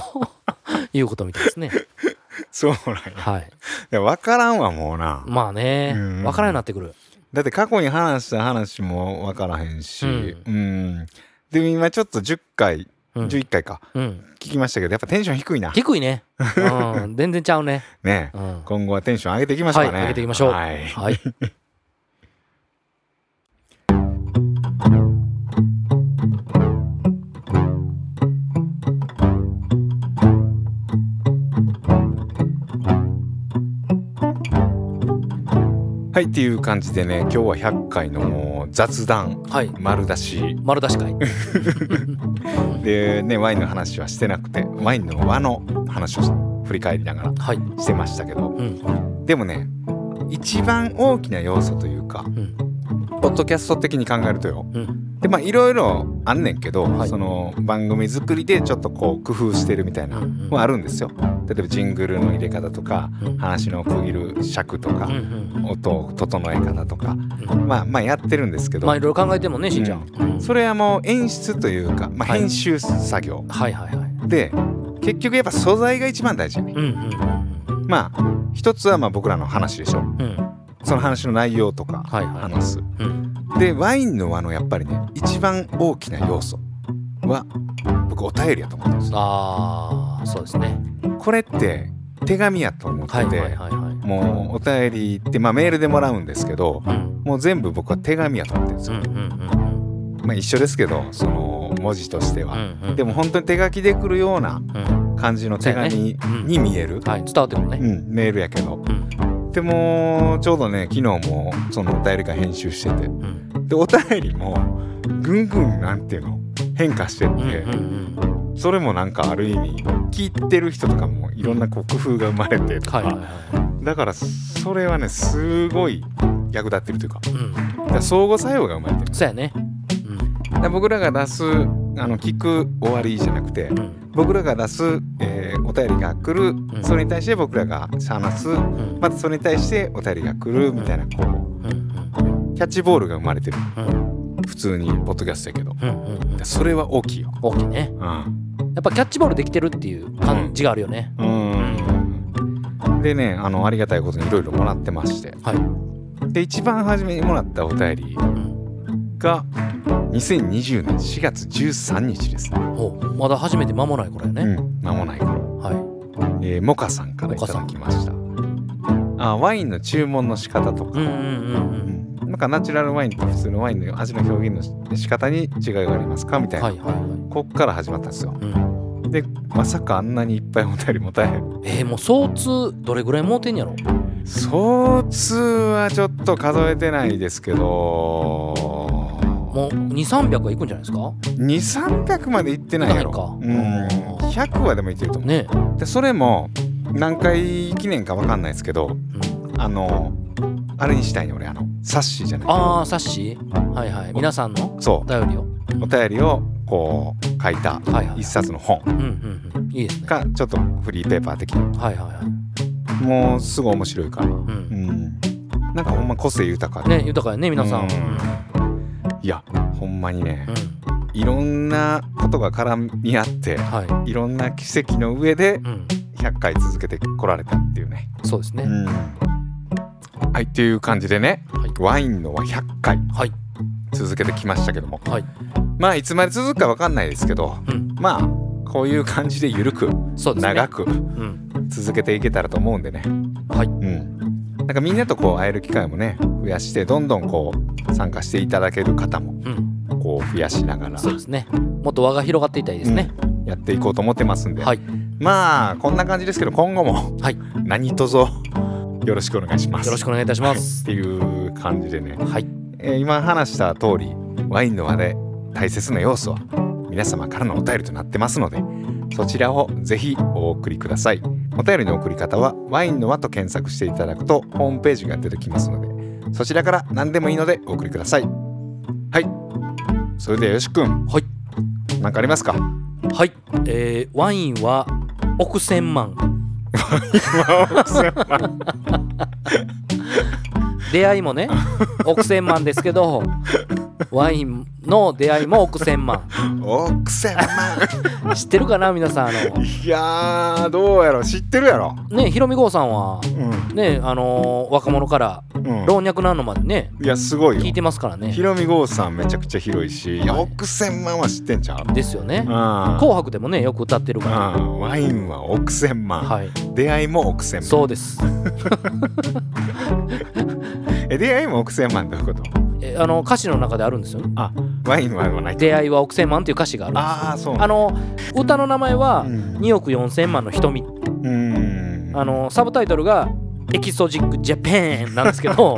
Speaker 3: いうことみたいですね
Speaker 2: そうなんや
Speaker 3: はい
Speaker 2: いや分からんわもうな
Speaker 3: まあね
Speaker 2: うん
Speaker 3: 分からんようになってくる
Speaker 2: だって過去に話した話も分からへんし
Speaker 3: うん
Speaker 2: うんで今ちょっと10回
Speaker 3: うん
Speaker 2: 11回か
Speaker 3: うん
Speaker 2: 聞きましたけどやっぱテンション低いな
Speaker 3: 低いね うん全然ちゃうね
Speaker 2: ねえ
Speaker 3: うん
Speaker 2: 今後はテンション上げていきましょうかね
Speaker 3: はい上げていきましょう
Speaker 2: はい
Speaker 3: はい
Speaker 2: はいっていう感じでね今日は100回のもう雑談
Speaker 3: はい
Speaker 2: 丸出し
Speaker 3: 丸出し会
Speaker 2: でねワインの話はしてなくてワインの和の話を振り返りながら
Speaker 3: はい
Speaker 2: してましたけど
Speaker 3: うん
Speaker 2: でもね一番大きな要素というか
Speaker 3: うん
Speaker 2: ポッドキャスト的に考えるとよ
Speaker 3: うん
Speaker 2: でまあいろいろあんねんけど、
Speaker 3: はい
Speaker 2: その番組作りでちょっとこう工夫してるみたいな
Speaker 3: うんうん
Speaker 2: のはあるんですよ。例えばジングルの入れ方とか
Speaker 3: うん
Speaker 2: 話の区切る尺とか、
Speaker 3: うんうん
Speaker 2: 音を整え方とか、
Speaker 3: うん
Speaker 2: まあまあやってるんですけど、
Speaker 3: まあいろいろ考えてもねしんちゃんうん
Speaker 2: それはもう演出というか、まあ、
Speaker 3: はい
Speaker 2: 編集作業
Speaker 3: はいはいはい
Speaker 2: で結局やっぱ素材が一番大事やね
Speaker 3: うんうん
Speaker 2: まあ一つはまあ僕らの話でしょ
Speaker 3: うんうん
Speaker 2: その話の内容とか
Speaker 3: はいはい
Speaker 2: 話す、
Speaker 3: うん
Speaker 2: でワインのあのやっぱりね一番大きな要素は僕お便りやと思ってます
Speaker 3: ああそうですね
Speaker 2: これって手紙やと思ってて、
Speaker 3: はいはいはいはい
Speaker 2: もうお便りって、まあ、メールでもらうんですけど
Speaker 3: うん
Speaker 2: もう全部僕は手紙やと思ってるんです
Speaker 3: う
Speaker 2: よ、
Speaker 3: んうんうん
Speaker 2: まあ一緒ですけどその文字としては、
Speaker 3: うんうん
Speaker 2: でも本当に手書きでくるような
Speaker 3: うん
Speaker 2: 感じの手紙
Speaker 3: そうやねうん
Speaker 2: に見える、
Speaker 3: はい伝わってくる
Speaker 2: う
Speaker 3: ね
Speaker 2: ん、メールやけど
Speaker 3: うん
Speaker 2: でもちょうどね昨日もそのお便り会編集してて
Speaker 3: うん
Speaker 2: でお便りもぐんぐんなんていうの変化してっ
Speaker 3: うん
Speaker 2: て、
Speaker 3: うんうん
Speaker 2: それもなんかある意味聞いてる人とかもいろんなこう工夫が生まれてとか、
Speaker 3: はいはいは
Speaker 2: だからそれはねすごい役立ってるというか
Speaker 3: いうん
Speaker 2: だから相互作用が生まれてる
Speaker 3: そうやね
Speaker 2: だから僕らが出すあの聞く終わりじゃなくて
Speaker 3: うんうん
Speaker 2: 僕らが出す、えーお便りが来る、
Speaker 3: ん
Speaker 2: それに対して僕らが話す
Speaker 3: うん
Speaker 2: またそれに対してお便りが来るみたいなこう
Speaker 3: うんうん
Speaker 2: キャッチボールが生まれてる
Speaker 3: うん
Speaker 2: 普通にポッドキャストやけど
Speaker 3: うんうんうん
Speaker 2: でそれは大きいよ
Speaker 3: 大きいね
Speaker 2: うん、
Speaker 3: やっぱキャッチボールできてるっていう感じがあるよね
Speaker 2: うん、でねあのありがたいことにいろいろもらってまして
Speaker 3: はい
Speaker 2: で一番初めにもらったお便り
Speaker 3: うん
Speaker 2: が2020年4月13日ですね、
Speaker 3: ほうまだ初めて間もないこれ
Speaker 2: う
Speaker 3: ね
Speaker 2: ん、間もない頃、
Speaker 3: はい
Speaker 2: えー、モカさんからいただきましたあワインの注文の仕方とか、
Speaker 3: うんうんうん
Speaker 2: なんかナチュラルワインと普通のワインの味の表現の仕方に違いがありますかみた
Speaker 3: う
Speaker 2: い
Speaker 3: ん
Speaker 2: な、
Speaker 3: はいはいは
Speaker 2: こっから始まったんですよ
Speaker 3: いうん
Speaker 2: でまさかあんなにいっぱいお便りも大変
Speaker 3: えーもう相通どれぐらい持てんやろ
Speaker 2: 総通はちょっと数えてないですけど
Speaker 3: もう2300はいくんじゃないですか
Speaker 2: 2300までいってないやろ
Speaker 3: いか
Speaker 2: うん100はでもいってると思う
Speaker 3: ね
Speaker 2: でそれも何回記念か分かんないですけど
Speaker 3: え、うん
Speaker 2: あのあれにしたいね俺あのサッシーじゃない
Speaker 3: ああ、サッシーはいはい。皆さんの
Speaker 2: そ
Speaker 3: お
Speaker 2: う
Speaker 3: 便りを。
Speaker 2: お便りをこう書いた
Speaker 3: はいはい。
Speaker 2: 一冊の本
Speaker 3: うんうんうん。いいですね。
Speaker 2: かちょっとフリーペーパー的な
Speaker 3: はいはいはい。
Speaker 2: もうすごい面白いからう
Speaker 3: うん。
Speaker 2: んなんかほんま個性豊かで、
Speaker 3: ね、豊かやね、皆さん。
Speaker 2: う
Speaker 3: うんん。
Speaker 2: いやほんまにね
Speaker 3: うん
Speaker 2: いろんなことが絡み合って
Speaker 3: はい。
Speaker 2: いろんな奇跡の上で
Speaker 3: うん。
Speaker 2: 100回続けてこられたっていうね。
Speaker 3: そうですね。
Speaker 2: はいっていう感じでね
Speaker 3: はい。
Speaker 2: ワインのは100回
Speaker 3: はい。
Speaker 2: 続けてきましたけども
Speaker 3: はい。
Speaker 2: まあいつまで続くか分かんないですけど
Speaker 3: うん。
Speaker 2: まあこういう感じで緩く
Speaker 3: そうですね。
Speaker 2: 長く
Speaker 3: うん。
Speaker 2: 続けていけたらと思うんでね。
Speaker 3: はい
Speaker 2: うん。なんかみんなとこう会える機会もね増やしてどんどんこう参加していただける方も
Speaker 3: うん。
Speaker 2: こう増やしながら
Speaker 3: そうですね。もっと輪が広がっていったらいいですね。
Speaker 2: やっていこうと思ってますんで、
Speaker 3: はい。
Speaker 2: まあこんな感じですけど今後も
Speaker 3: はい。よ
Speaker 2: 何卒よろしくお願いします。
Speaker 3: ろしくお願いいたします
Speaker 2: っ。ていう感じでね、
Speaker 3: はい。
Speaker 2: えー今話した通りワインの輪で大切な要素は皆様からのお便りとなってますのでそちらをぜひお送りくださいお便りの送り方はワインの輪と検索していただくとホームページが出てきますのでそちらから何でもいいのでお送りくださいはいそれではよしくん
Speaker 3: はい
Speaker 2: 何かありますか
Speaker 3: はい、えーワインは億 千万出会いもね億千万ですけどワインの出会いも億千万
Speaker 2: おくせま
Speaker 3: 知ってるかな皆さんあ の
Speaker 2: いやーどうやろ知ってるやろ
Speaker 3: ねひろみ郷さんは
Speaker 2: うん
Speaker 3: ねあのー若者から
Speaker 2: うん
Speaker 3: 老若男女までね
Speaker 2: いやすごい
Speaker 3: 聞い
Speaker 2: よ
Speaker 3: てますからね
Speaker 2: ひろみ郷さんめちゃくちゃ広いしいや億千万は知ってんちゃう
Speaker 3: ですよね「
Speaker 2: あ
Speaker 3: 紅白」でもねよく歌ってるか
Speaker 2: あワインは億千
Speaker 3: ら
Speaker 2: 万、
Speaker 3: はい
Speaker 2: 出会いも億千万
Speaker 3: そうです
Speaker 2: え出会いも億千万どういうこと
Speaker 3: えあの歌詞の中であるんですよね
Speaker 2: あワインはな
Speaker 3: 「
Speaker 2: い
Speaker 3: 出会いは億千万」っていう歌詞があるんです
Speaker 2: ああそう
Speaker 3: あの歌の名前は
Speaker 2: うん
Speaker 3: 2億4千万の瞳
Speaker 2: うん
Speaker 3: あのサブタイトルが「エキソジック・ジャパン」なんです けど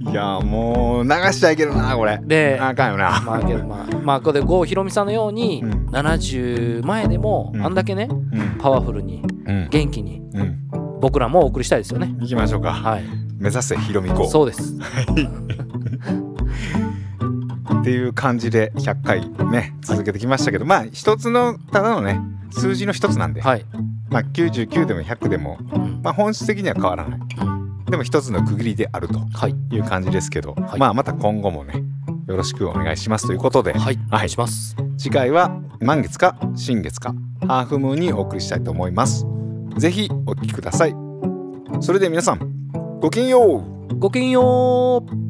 Speaker 2: いやもう流しちゃいけるなこれ
Speaker 3: で
Speaker 2: あかんよな
Speaker 3: まあけどまあまあこれ郷ひろみさんのように
Speaker 2: うん
Speaker 3: 70前でも
Speaker 2: うん
Speaker 3: あんだけね
Speaker 2: うん
Speaker 3: パワフルに
Speaker 2: うん
Speaker 3: 元気に
Speaker 2: うん
Speaker 3: 僕らもお送りしたいですよね
Speaker 2: 行きましょうか、
Speaker 3: はい
Speaker 2: 目指せひろみこ
Speaker 3: そうです
Speaker 2: っていう感じで100回ね続けてきましたけど、まあ一つのただのね数字の一つなんで、
Speaker 3: はい、
Speaker 2: まあ99でも100でも、
Speaker 3: うん
Speaker 2: まあ、本質的には変わらないでも一つの区切りであると
Speaker 3: はい
Speaker 2: いう感じですけど、
Speaker 3: はい
Speaker 2: まあまた今後もねよろしくお願いしますということで
Speaker 3: はいお願いします
Speaker 2: 次回は満月か新月かハーフムーンにお送りしたいと思いますぜひお聞きくださいそれでは皆さんごきげんよう
Speaker 3: ごきげんよう